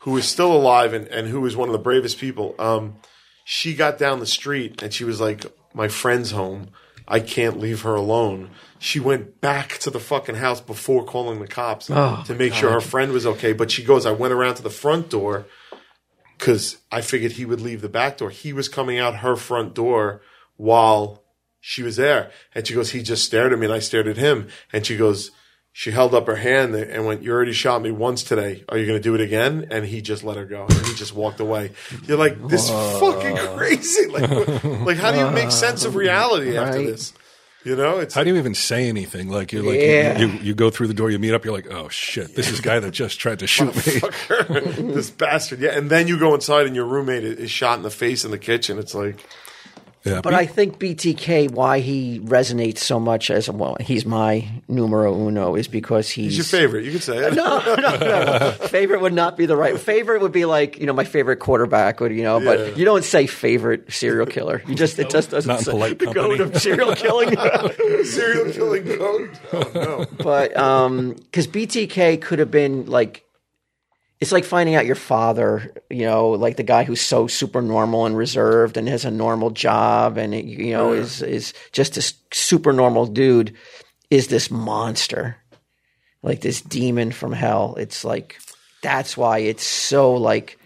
[SPEAKER 2] who is still alive and, and who is one of the bravest people, um, she got down the street and she was like, My friend's home. I can't leave her alone. She went back to the fucking house before calling the cops to make sure her friend was okay. But she goes, I went around to the front door because I figured he would leave the back door. He was coming out her front door while she was there. And she goes, he just stared at me and I stared at him. And she goes, she held up her hand and went, you already shot me once today. Are you going to do it again? And he just let her go. And he just walked away. You're like, this is fucking crazy. Like, wh- like, how do you make sense of reality after
[SPEAKER 1] Right.
[SPEAKER 2] this? You know, it's
[SPEAKER 3] How do you even say anything? Like you're like you-
[SPEAKER 1] Yeah.
[SPEAKER 3] you, you, go through the door, you meet up, you're like, oh shit, this is the guy that just tried to shoot me.
[SPEAKER 2] fucker, this bastard. Yeah. And then you go inside and your roommate i- is shot in the face in the kitchen. It's like,
[SPEAKER 3] Yeah,
[SPEAKER 1] But I think BTK, why he resonates so much as well, he's my numero uno, is because he's,
[SPEAKER 2] it's your favorite. You can say it.
[SPEAKER 1] no, no, no. favorite would not be the right. Favorite would be like you know my favorite quarterback would you know,
[SPEAKER 2] Yeah.
[SPEAKER 1] but you don't say favorite serial killer. You just it just doesn't
[SPEAKER 3] Not in
[SPEAKER 1] say
[SPEAKER 3] polite
[SPEAKER 1] the
[SPEAKER 3] company.
[SPEAKER 1] goat of serial killing.
[SPEAKER 2] serial killing goat. Oh, no.
[SPEAKER 1] but um, because BTK could have been like. It's like finding out your father, you know, like the guy who's so super normal and reserved and has a normal job and you know is is just this super normal dude is this monster. like this demon from hell. It's like that's why it's so like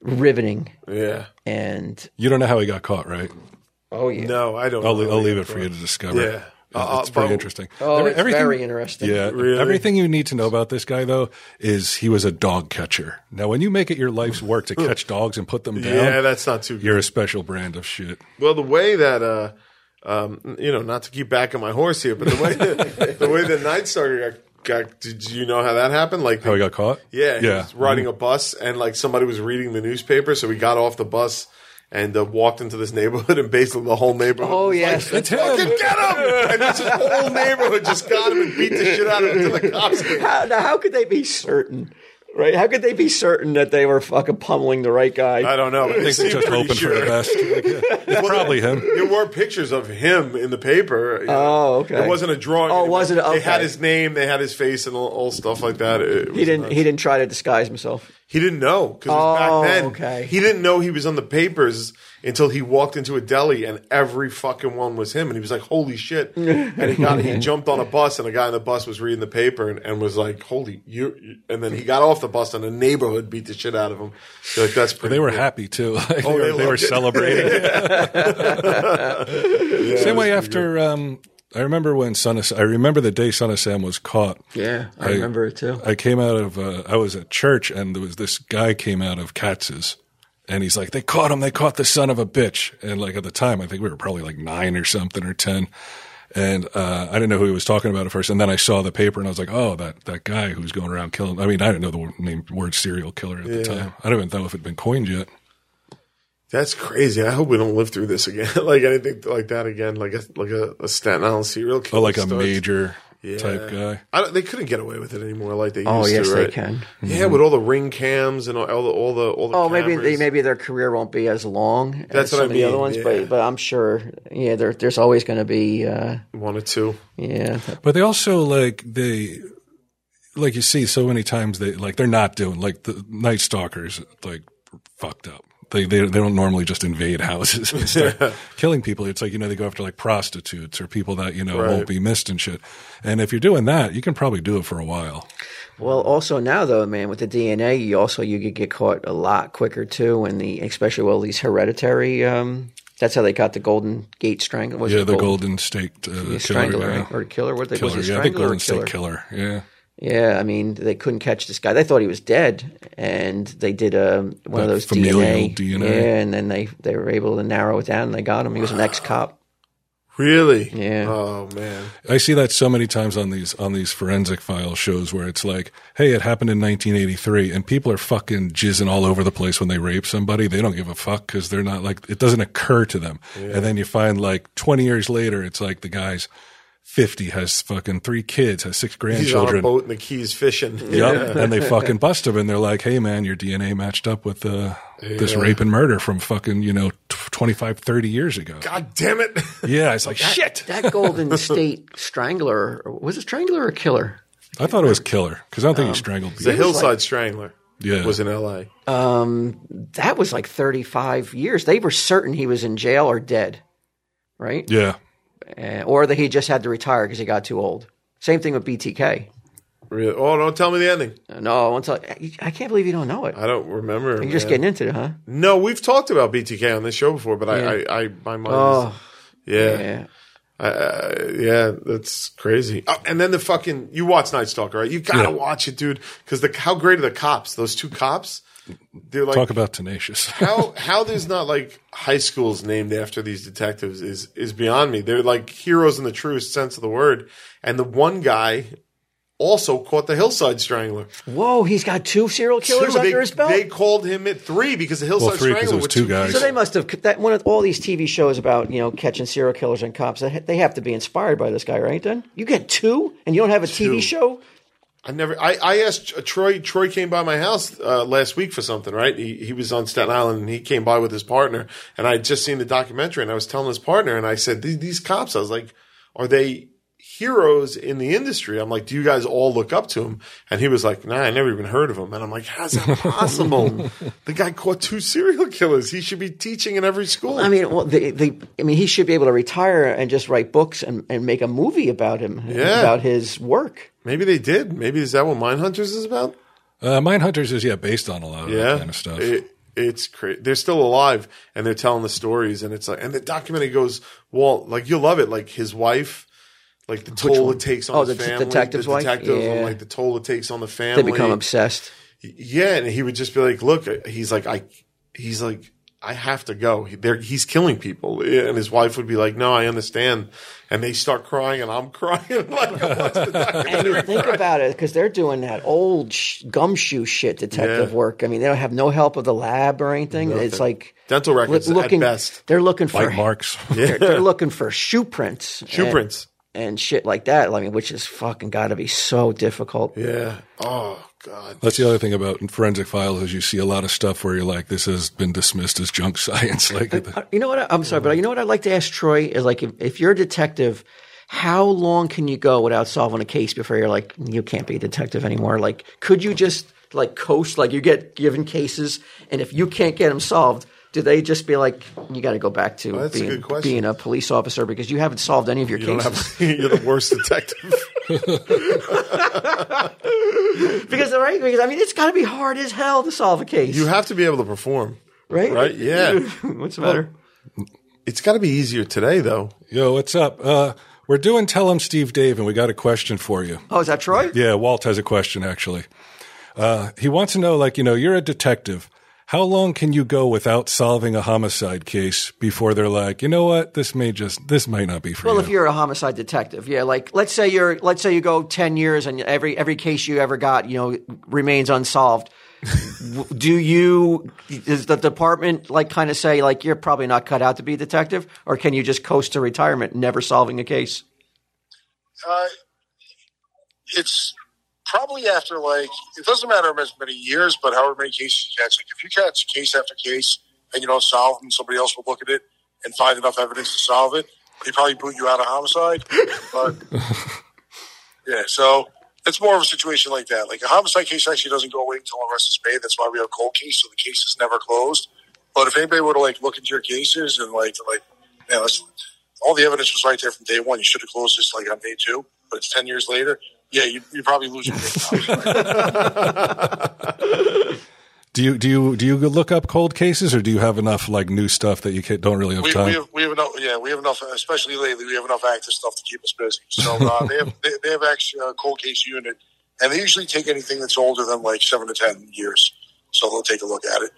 [SPEAKER 1] riveting
[SPEAKER 2] Yeah.
[SPEAKER 1] and
[SPEAKER 3] you don't know how he got caught, right?
[SPEAKER 1] oh yeah.
[SPEAKER 2] No, I don't.
[SPEAKER 3] I'll, I'll
[SPEAKER 2] really
[SPEAKER 3] leave it
[SPEAKER 2] have
[SPEAKER 3] for you
[SPEAKER 2] one.
[SPEAKER 3] to discover.
[SPEAKER 2] Yeah. Uh,
[SPEAKER 3] it's
[SPEAKER 2] uh,
[SPEAKER 3] pretty
[SPEAKER 2] but-
[SPEAKER 3] interesting.
[SPEAKER 1] Oh,
[SPEAKER 3] Every-
[SPEAKER 1] it's very interesting.
[SPEAKER 3] Yeah,
[SPEAKER 2] Really?
[SPEAKER 3] everything you need to know about this guy though is he was a dog catcher. Now, when you make it your life's work to catch dogs and put them down,
[SPEAKER 2] Yeah, that's not too good.
[SPEAKER 3] you're a special brand of shit.
[SPEAKER 2] Well, the way that, uh, um, you know, not to keep backing my horse here, but the way that, the way that Night Stalker got, got, did you know how that happened? Like,
[SPEAKER 3] How he got caught?
[SPEAKER 2] yeah, he
[SPEAKER 3] yeah.
[SPEAKER 2] was riding a bus, and like somebody was reading the newspaper, so he got off the bus and uh, walked into this neighborhood, and basically the whole neighborhood.
[SPEAKER 1] Oh
[SPEAKER 2] was
[SPEAKER 1] yes.
[SPEAKER 3] It's him.
[SPEAKER 2] Like, Get him! And this whole neighborhood just got him and beat the shit out of him to the cops. came.
[SPEAKER 1] how, now how could they be certain? Right? How could they be certain that they were fucking pummeling the right guy?
[SPEAKER 2] I don't know.
[SPEAKER 3] I think they're just hoping for the best. Like, yeah, it's probably him.
[SPEAKER 2] There were pictures of him in the paper.
[SPEAKER 1] Oh, okay.
[SPEAKER 2] It wasn't a drawing.
[SPEAKER 1] Oh, it wasn't?
[SPEAKER 2] They had
[SPEAKER 1] Okay.
[SPEAKER 2] his name. They had his face and all, all stuff like that. It
[SPEAKER 1] He
[SPEAKER 2] was
[SPEAKER 1] didn't
[SPEAKER 2] nuts.
[SPEAKER 1] he didn't try to disguise himself.
[SPEAKER 2] He didn't know because
[SPEAKER 1] Oh,
[SPEAKER 2] back then
[SPEAKER 1] okay.
[SPEAKER 2] he didn't know he was on the papers until he walked into a deli and every fucking one was him, and he was like, "Holy shit!" and he got he jumped on a bus, and a guy on the bus was reading the paper and, and was like, "Holy you!" you-" And then he got off the bus, and a neighborhood beat the shit out of him. So, like that's pretty.
[SPEAKER 3] They were
[SPEAKER 2] cool.
[SPEAKER 3] happy too. Like,
[SPEAKER 2] Oh,
[SPEAKER 3] they,
[SPEAKER 2] they
[SPEAKER 3] were, they were
[SPEAKER 2] loved it.
[SPEAKER 3] celebrating.
[SPEAKER 2] Yeah,
[SPEAKER 3] Same
[SPEAKER 2] it was
[SPEAKER 3] way
[SPEAKER 2] pretty
[SPEAKER 3] after. Um, I remember when Son of, I remember the day Son of Sam was caught.
[SPEAKER 1] Yeah, I, remember it too.
[SPEAKER 3] I came out of uh, I was at church and there was this guy came out of Katz's and he's like, They caught him, they caught the son of a bitch. And like at the time I think we were probably like nine or something or ten. And uh, I didn't know who he was talking about at first, and then I saw the paper, and I was like, "Oh, that, that guy who's going around killing." I mean, I didn't know the word, name word serial killer at the time. I didn't even know if it had been coined yet.
[SPEAKER 2] That's crazy. I hope we don't live through this again, like anything like that again, like a like a, a Staten Island serial killer,
[SPEAKER 3] Oh, like a
[SPEAKER 2] starts.
[SPEAKER 3] major
[SPEAKER 2] Yeah.
[SPEAKER 3] type guy.
[SPEAKER 2] I don't, they couldn't get away with it anymore, like they used
[SPEAKER 1] Oh, yes,
[SPEAKER 2] to.
[SPEAKER 1] they
[SPEAKER 2] right?
[SPEAKER 1] can. Mm-hmm.
[SPEAKER 2] Yeah, with all the ring cams and all, all the all the all the.
[SPEAKER 1] Oh, maybe
[SPEAKER 2] cameras.
[SPEAKER 1] they, maybe their career won't be as long as
[SPEAKER 2] That's
[SPEAKER 1] some
[SPEAKER 2] what I
[SPEAKER 1] of the other
[SPEAKER 2] mean,
[SPEAKER 1] ones,
[SPEAKER 2] yeah.
[SPEAKER 1] but but I'm sure yeah, there, there's always going to be uh,
[SPEAKER 2] one or two.
[SPEAKER 1] yeah.
[SPEAKER 3] But they also like they like you see so many times they like they're not doing like the night stalkers like fucked up. They they they don't normally just invade houses and start killing people. It's like you know they go after like prostitutes or people that you know
[SPEAKER 2] Right.
[SPEAKER 3] won't be missed and shit. And if you're doing that, you can probably do it for a while.
[SPEAKER 1] Well, also now though, man, with the DNA, you also you could get caught a lot quicker too, and the especially well these hereditary. Um, that's how they got the Golden Gate Strangler. Was
[SPEAKER 3] Yeah,
[SPEAKER 1] it
[SPEAKER 3] the Golden State uh,
[SPEAKER 1] the
[SPEAKER 3] killer,
[SPEAKER 1] Strangler
[SPEAKER 3] yeah.
[SPEAKER 1] right? or killer? What they
[SPEAKER 3] Killer,
[SPEAKER 1] was it
[SPEAKER 3] yeah, I think
[SPEAKER 1] Strangler or killer?
[SPEAKER 3] Golden State Killer. Yeah,
[SPEAKER 1] Yeah, I mean they couldn't catch this guy. They thought he was dead, and they did um one of
[SPEAKER 3] That
[SPEAKER 1] those
[SPEAKER 3] familial
[SPEAKER 1] DNA,
[SPEAKER 3] DNA.
[SPEAKER 1] Yeah, and then they they were able to narrow it down, and they got him. He was an ex cop.
[SPEAKER 2] Really?
[SPEAKER 1] Yeah.
[SPEAKER 2] Oh man.
[SPEAKER 3] I see that so many times on these on these forensic file shows where it's like, hey, it happened in 1983, and people are fucking jizzing all over the place when they rape somebody. They don't give a fuck because they're not like it doesn't occur to them. And then you find like 20 years later, it's like the guy's 50 has fucking three kids, has six
[SPEAKER 2] He's on a
[SPEAKER 3] grandchildren.
[SPEAKER 2] boat and the keys fishing.
[SPEAKER 3] Yup. and they fucking bust him, and they're like, "Hey, man, your DNA matched up with uh, this rape and murder from fucking you know t- 25, 30 years ago."
[SPEAKER 2] God damn it.
[SPEAKER 3] Yeah, it's like shit.
[SPEAKER 1] That Golden State Strangler was it Strangler or Killer?
[SPEAKER 3] I thought it was killer because I don't think he strangled.
[SPEAKER 2] The
[SPEAKER 3] people.
[SPEAKER 2] Hillside Strangler.
[SPEAKER 3] Yeah.
[SPEAKER 2] Um, Was in L.A.
[SPEAKER 1] That was like thirty five years. They were certain he was in jail or dead, right?
[SPEAKER 3] yeah.
[SPEAKER 1] Uh, or that he just had to retire because he got too old. Same thing with BTK.
[SPEAKER 2] Really? Oh, don't tell me the ending.
[SPEAKER 1] No, until I, I can't believe you don't know it.
[SPEAKER 2] I don't remember.
[SPEAKER 1] You're just getting into it, huh?
[SPEAKER 2] No, we've talked about BTK on this show before, but I, I, I, my mind.
[SPEAKER 1] Oh,
[SPEAKER 2] is, yeah.
[SPEAKER 1] yeah.
[SPEAKER 2] I, I, yeah, that's crazy. Oh, and then the fucking you watch Night Stalker, right? You gotta
[SPEAKER 3] Yeah.
[SPEAKER 2] watch it, dude. Because the how great are the cops? Those two cops, they're like
[SPEAKER 3] Talk about tenacious.
[SPEAKER 2] how how there's not like high schools named after these detectives is is beyond me. They're like heroes in the truest sense of the word. And the one guy also caught the Hillside Strangler.
[SPEAKER 1] Whoa, he's got two serial killers
[SPEAKER 2] Two,
[SPEAKER 1] under
[SPEAKER 2] they,
[SPEAKER 1] his belt.
[SPEAKER 2] they called him at three because the Hillside
[SPEAKER 3] Well, three, 'cause
[SPEAKER 2] Strangler
[SPEAKER 3] it was
[SPEAKER 2] with
[SPEAKER 3] two guys.
[SPEAKER 1] so they must have that one of all these TV shows about you know catching serial killers and cops. They they have to be inspired by this guy, right? Then you get two, and you don't have a
[SPEAKER 2] Two.
[SPEAKER 1] TV show.
[SPEAKER 2] I never. I, I asked uh, Troy. Troy came by my house uh, last week for something. Right? He he was on Staten Island and he came by with his partner. And I had just seen the documentary and I was telling his partner and I said these, these cops. I was like, are they heroes in the industry? I'm like, do you guys all look up to him? And he was like, Nah, I never even heard of him. And I'm like, how's that possible? the guy caught two serial killers. He should be teaching in every school.
[SPEAKER 1] I mean, well, they, they, I mean, he should be able to retire and just write books and, and make a movie about him,
[SPEAKER 2] Yeah.
[SPEAKER 1] about his work.
[SPEAKER 2] maybe they did. Maybe is that what Mindhunters is about?
[SPEAKER 3] Uh, Mindhunters is yeah based on a lot of
[SPEAKER 2] yeah,
[SPEAKER 3] that kind of stuff.
[SPEAKER 2] It, it's crazy. They're still alive and they're telling the stories, and it's like, and the documentary goes, well, like you'll love it. Like his wife, like the toll it takes on
[SPEAKER 1] Oh,
[SPEAKER 2] his
[SPEAKER 1] the t-
[SPEAKER 2] family,
[SPEAKER 1] detective's
[SPEAKER 2] the
[SPEAKER 1] wife?
[SPEAKER 2] detective, and
[SPEAKER 1] Yeah.
[SPEAKER 2] like the toll it takes on the family.
[SPEAKER 1] They become obsessed.
[SPEAKER 2] yeah, and he would just be like, look, he's like, I, he's like. I have to go. He- They're, he's killing people. Yeah, And his wife would be like, no, I understand. And they start crying and I'm crying. like, I watched the
[SPEAKER 1] And you
[SPEAKER 2] documentary.
[SPEAKER 1] think about it, because they're doing that old sh- gumshoe shit detective
[SPEAKER 2] Yeah.
[SPEAKER 1] work. I mean, they don't have no help of the lab or anything. It's like
[SPEAKER 2] Dental records at
[SPEAKER 1] looking,
[SPEAKER 2] best.
[SPEAKER 1] They're looking for
[SPEAKER 3] Bite marks.
[SPEAKER 1] They're, they're looking for shoe prints,
[SPEAKER 2] Shoe
[SPEAKER 1] and,
[SPEAKER 2] prints.
[SPEAKER 1] and shit like that. I mean, which is fucking got to be so difficult.
[SPEAKER 2] Yeah. Oh, God.
[SPEAKER 3] That's the other thing about forensic files is you see a lot of stuff where you're like, this has been dismissed as junk science. Like,
[SPEAKER 1] Uh, You know what? I- I'm sorry, but you know what I'd like to ask Troy is like, if, if you're a detective, how long can you go without solving a case before you're like, you can't be a detective anymore? Like, could you just like coast? Like, you get given cases, and if you can't get them solved, do they just be like, you got to go back to
[SPEAKER 2] Oh, that's a
[SPEAKER 1] being,
[SPEAKER 2] good question.
[SPEAKER 1] being a police officer because you haven't solved any of your
[SPEAKER 2] You don't
[SPEAKER 1] cases?
[SPEAKER 2] have. You're the worst detective.
[SPEAKER 1] because, right? Because, I mean, it's got to be hard as hell to solve a case.
[SPEAKER 2] you have to be able to perform,
[SPEAKER 1] right?
[SPEAKER 2] right? Yeah.
[SPEAKER 1] What's the matter?
[SPEAKER 2] It's got to be easier today, though.
[SPEAKER 3] Yo, what's up? Uh, we're doing Tell Him Steve Dave, and we got a question for you.
[SPEAKER 1] Oh, is that Troy?
[SPEAKER 3] Yeah, Walt has a question, actually. Uh, he wants to know, like, you know, you're a detective. How long can you go without solving a homicide case before they're like, you know what, this may just, this might not be for
[SPEAKER 1] Well,
[SPEAKER 3] you?
[SPEAKER 1] if you're a homicide detective, yeah, like let's say you're let's say you go ten years and every every case you ever got, you know, remains unsolved. W- Do you does the department like kind of say like you're probably not cut out to be a detective, or can you just coast to retirement, never solving a case?
[SPEAKER 5] Uh, it's probably after like it doesn't matter as many years, but however many cases you catch. Like if you catch case after case and you don't solve them, somebody else will look at it and find enough evidence to solve it. They probably boot you out of homicide, but yeah. So it's more of a situation like that. Like a homicide case actually doesn't go away until arrest is made. That's why we have cold case, so the case is never closed. But if anybody were to like look into your cases and like like, man, that's all the evidence was right there from day one. You should have closed this like on day two, but it's ten years later. Yeah, you, you probably lose your big house.
[SPEAKER 3] do you do you do you look up cold cases, or do you have enough like new stuff that you ca- don't really have
[SPEAKER 5] we,
[SPEAKER 3] time?
[SPEAKER 5] we have we have enough. Yeah, we have enough. Especially lately, we have enough active stuff to keep us busy. So uh, they have they, they have actually a cold case unit, and they usually take anything that's older than like seven to ten years. So they'll take a look at it.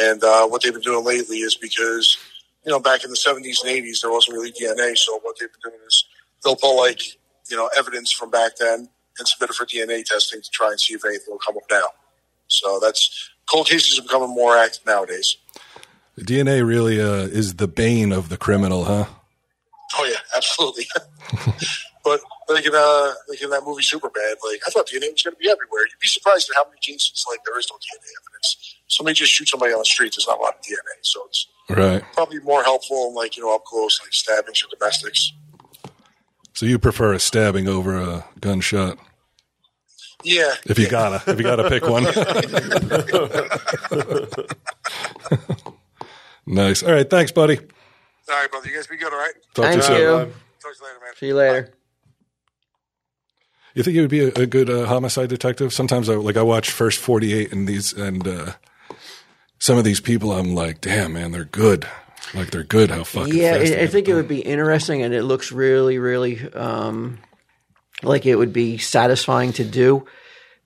[SPEAKER 5] And uh, what they've been doing lately is because you know back in the seventies and eighties there wasn't really DNA. So what they've been doing is they'll pull like you know evidence from back then and submit it for DNA testing to try and see if anything will come up now. So that's cold cases are becoming more active nowadays.
[SPEAKER 3] DNA really uh, is the bane of the criminal, huh?
[SPEAKER 5] Oh yeah, absolutely. but like in uh, like in that movie Superbad, like I thought DNA was going to be everywhere. You'd be surprised at how many cases like there is no DNA evidence. Somebody just shoots somebody on the street. There's not a lot of DNA, so it's
[SPEAKER 3] Right.
[SPEAKER 5] probably more helpful in like you know up close, like stabbings or domestics.
[SPEAKER 3] So you prefer a stabbing over a gunshot,
[SPEAKER 5] Yeah,
[SPEAKER 3] if you gotta, if you gotta pick one. nice. All right. Thanks, buddy.
[SPEAKER 5] all right, brother. You guys be good. All right.
[SPEAKER 3] Talk
[SPEAKER 1] Thank
[SPEAKER 3] to you soon.
[SPEAKER 1] you.
[SPEAKER 5] Talk to you later, man.
[SPEAKER 1] See you later.
[SPEAKER 3] You think you would be a, a good uh, homicide detective? Sometimes, I, like I watch First Forty Eight and these, and uh, some of these people, I'm like, damn, man, they're good. Like they're good. How fucking
[SPEAKER 1] Yeah,
[SPEAKER 3] fast
[SPEAKER 1] I
[SPEAKER 3] they
[SPEAKER 1] I
[SPEAKER 3] get
[SPEAKER 1] think
[SPEAKER 3] it
[SPEAKER 1] it would be interesting, and it looks really, really um, like it would be satisfying to do.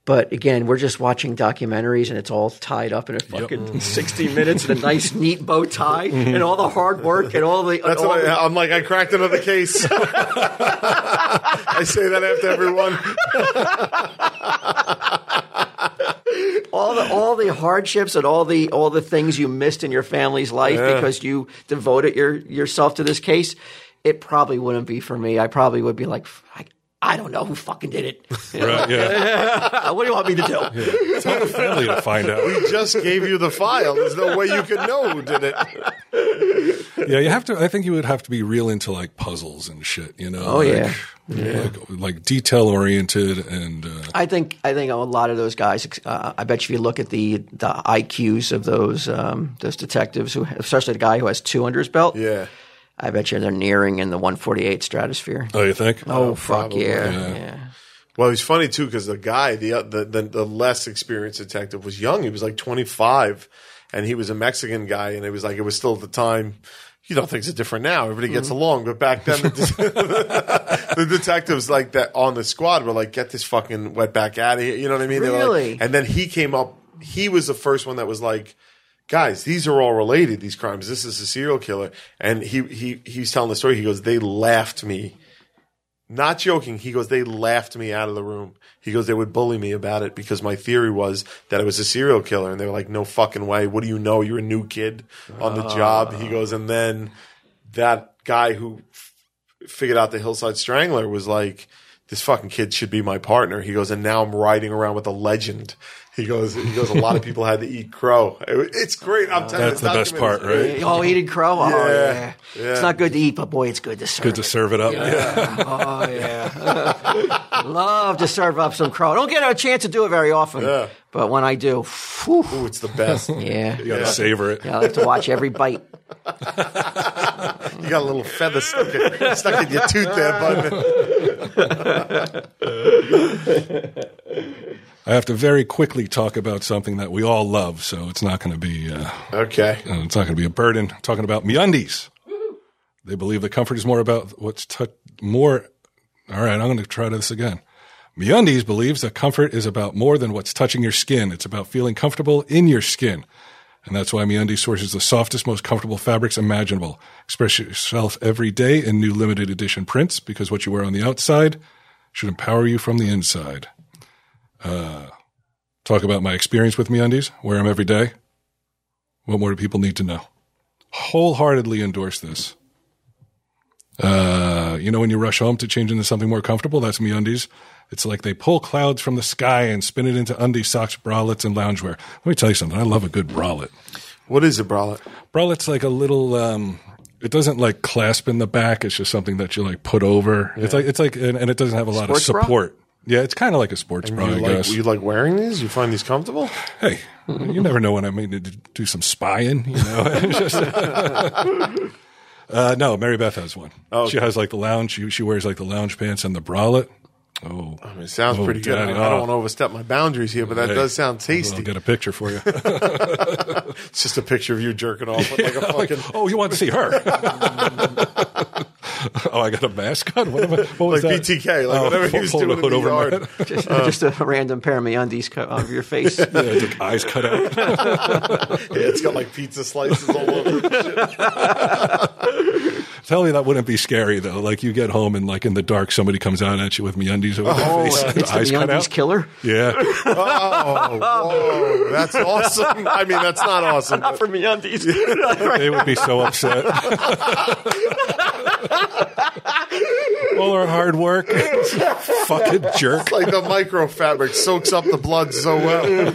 [SPEAKER 1] But again, we're just watching documentaries, and it's all tied up in a fucking
[SPEAKER 2] Mm-hmm.
[SPEAKER 1] sixty minutes and a nice, neat bow tie, and all the hard work, and all the.
[SPEAKER 2] That's
[SPEAKER 1] all
[SPEAKER 2] what
[SPEAKER 1] the-
[SPEAKER 2] I, I'm like. I cracked another case. I say that after everyone.
[SPEAKER 1] all the all the hardships and all the all the things you missed in your family's life
[SPEAKER 2] Yeah.
[SPEAKER 1] because you devoted your yourself to this case, it probably wouldn't be for me. I probably would be like, I, I don't know who fucking did it. You know,
[SPEAKER 3] Right, yeah.
[SPEAKER 1] what do you want me to do?
[SPEAKER 3] Tell the family to find out.
[SPEAKER 2] We just gave you the file. There's no way you could know who did it.
[SPEAKER 3] Yeah, you have to. I think you would have to be real into like puzzles and shit. You know.
[SPEAKER 1] Oh,
[SPEAKER 3] like,
[SPEAKER 1] yeah.
[SPEAKER 3] Like, like detail oriented and uh,
[SPEAKER 1] I think I think a lot of those guys. Uh, I bet you if you look at the the IQs of those um, those detectives, who especially the guy who has two under his belt,
[SPEAKER 2] Yeah.
[SPEAKER 1] I bet you they're nearing in the 148 stratosphere.
[SPEAKER 3] oh, you think?
[SPEAKER 1] Oh, fuck
[SPEAKER 2] probably,
[SPEAKER 1] yeah,
[SPEAKER 3] yeah.
[SPEAKER 1] yeah.
[SPEAKER 2] Well, he's funny too because the guy, the, uh, the the the less experienced detective, was young. He was like 25, and he was a Mexican guy, and it was like it was still at the time. You know, things are different now. Everybody gets along, but back then, the, de- the detectives like that on the squad were like, "Get this fucking wetback out of here." You know what I mean? They were like-
[SPEAKER 1] Really?
[SPEAKER 2] and then he came up. He was the first one that was like, guys, these are all related. These crimes. This is a serial killer. And he he he's telling the story. He goes, they laughed me. Not joking. He goes, they laughed me out of the room. He goes, they would bully me about it because my theory was that I was a serial killer, and they were like, no fucking way. What do you know? You're a new kid on the job.
[SPEAKER 3] Ah.
[SPEAKER 2] He goes, and then that guy who f- figured out the hillside strangler was like this fucking kid should be my partner. He goes, and now I'm riding around with a legend. He goes, he goes. A lot of people had to eat crow. It- it's great. I'm telling you,
[SPEAKER 3] That's the best part,
[SPEAKER 2] documentary-
[SPEAKER 3] right?
[SPEAKER 1] You all eating crow? Oh, yeah,
[SPEAKER 2] Yeah, yeah.
[SPEAKER 1] It's not good to eat, but boy, it's good to serve.
[SPEAKER 3] Good to
[SPEAKER 1] it.
[SPEAKER 3] serve it up.
[SPEAKER 1] Oh, yeah. Love to serve up some crow. I don't get a chance to do it very often.
[SPEAKER 2] Yeah.
[SPEAKER 1] But when I do, phew,
[SPEAKER 2] Ooh, it's the best.
[SPEAKER 1] yeah.
[SPEAKER 3] You got to savor it.
[SPEAKER 1] Yeah, I like to watch every bite.
[SPEAKER 2] You got a little feather stuck in, stuck in your tooth there, bud.
[SPEAKER 3] I have to very quickly talk about something that we all love, so it's not going to be uh,
[SPEAKER 2] Okay.
[SPEAKER 3] uh, it's not going to be a burden. I'm talking about MeUndies. They believe the comfort is more about what's tou- more. All right, I'm going to try this again. MeUndies believes that comfort is about more than what's touching your skin. It's about feeling comfortable in your skin. And that's why MeUndies sources the softest, most comfortable fabrics imaginable. Express yourself every day in new limited edition prints because what you wear on the outside should empower you from the inside. Uh, talk about my experience with MeUndies. Wear them every day. What more do people need to know? Wholeheartedly endorse this. Uh, you know, when you rush home to change into something more comfortable, that's me undies. It's like they pull clouds from the sky and spin it into undie socks, bralettes, and loungewear. Let me tell you something. I love a good bralette.
[SPEAKER 2] What is it, bralette?
[SPEAKER 3] Bralette's like a little, um, it doesn't like clasp in the back. It's just something that you like put over. It's like, it's like, and, and it doesn't have a lot
[SPEAKER 1] Sports
[SPEAKER 3] of
[SPEAKER 1] bra?
[SPEAKER 3] support. Yeah, it's kind of like a sports bra,
[SPEAKER 2] You
[SPEAKER 3] I
[SPEAKER 2] like,
[SPEAKER 3] guess.
[SPEAKER 2] you like wearing these? You find these comfortable?
[SPEAKER 3] hey, you never know when I may need to do some spying, you know. It's just- uh, no, Mary Beth has one.
[SPEAKER 2] Oh,
[SPEAKER 3] She has like the lounge. She, she wears like the lounge pants and the bralette. Oh,
[SPEAKER 2] I mean, it sounds
[SPEAKER 3] Oh,
[SPEAKER 2] pretty good. I,
[SPEAKER 3] God,
[SPEAKER 2] I don't
[SPEAKER 3] oh.
[SPEAKER 2] want to overstep my boundaries here, but that
[SPEAKER 3] Hey.
[SPEAKER 2] does sound
[SPEAKER 3] I'll
[SPEAKER 2] tasty.
[SPEAKER 3] get a picture for you.
[SPEAKER 2] It's just a picture of you jerking off with like a fucking.
[SPEAKER 3] oh, you want to see her? oh, I got a mask on. What, am I, what was
[SPEAKER 2] Like
[SPEAKER 3] that? Oh,
[SPEAKER 2] BTK, like whatever he
[SPEAKER 3] pull-
[SPEAKER 2] was
[SPEAKER 3] pull
[SPEAKER 2] doing in the
[SPEAKER 3] my
[SPEAKER 2] yard.
[SPEAKER 3] head.
[SPEAKER 1] Just, just a random pair of me undies co- over your face.
[SPEAKER 3] Yeah, it's like eyes cut out.
[SPEAKER 2] Yeah, it's got like pizza slices all over. it.
[SPEAKER 3] Tell me that wouldn't be scary though. Like you get home and like in the dark, somebody comes out at you with MeUndies over
[SPEAKER 2] Oh,
[SPEAKER 3] their face,
[SPEAKER 2] uh,
[SPEAKER 3] and
[SPEAKER 1] It's the
[SPEAKER 3] eyes
[SPEAKER 1] me
[SPEAKER 3] cut
[SPEAKER 1] undies
[SPEAKER 3] out.
[SPEAKER 1] killer.
[SPEAKER 3] Yeah.
[SPEAKER 2] Oh, whoa, that's awesome. I mean, that's not awesome.
[SPEAKER 1] Not for me undies. right.
[SPEAKER 3] They would be so upset. All our hard work. Fucking jerk.
[SPEAKER 2] Like the micro fabric soaks up the blood so well.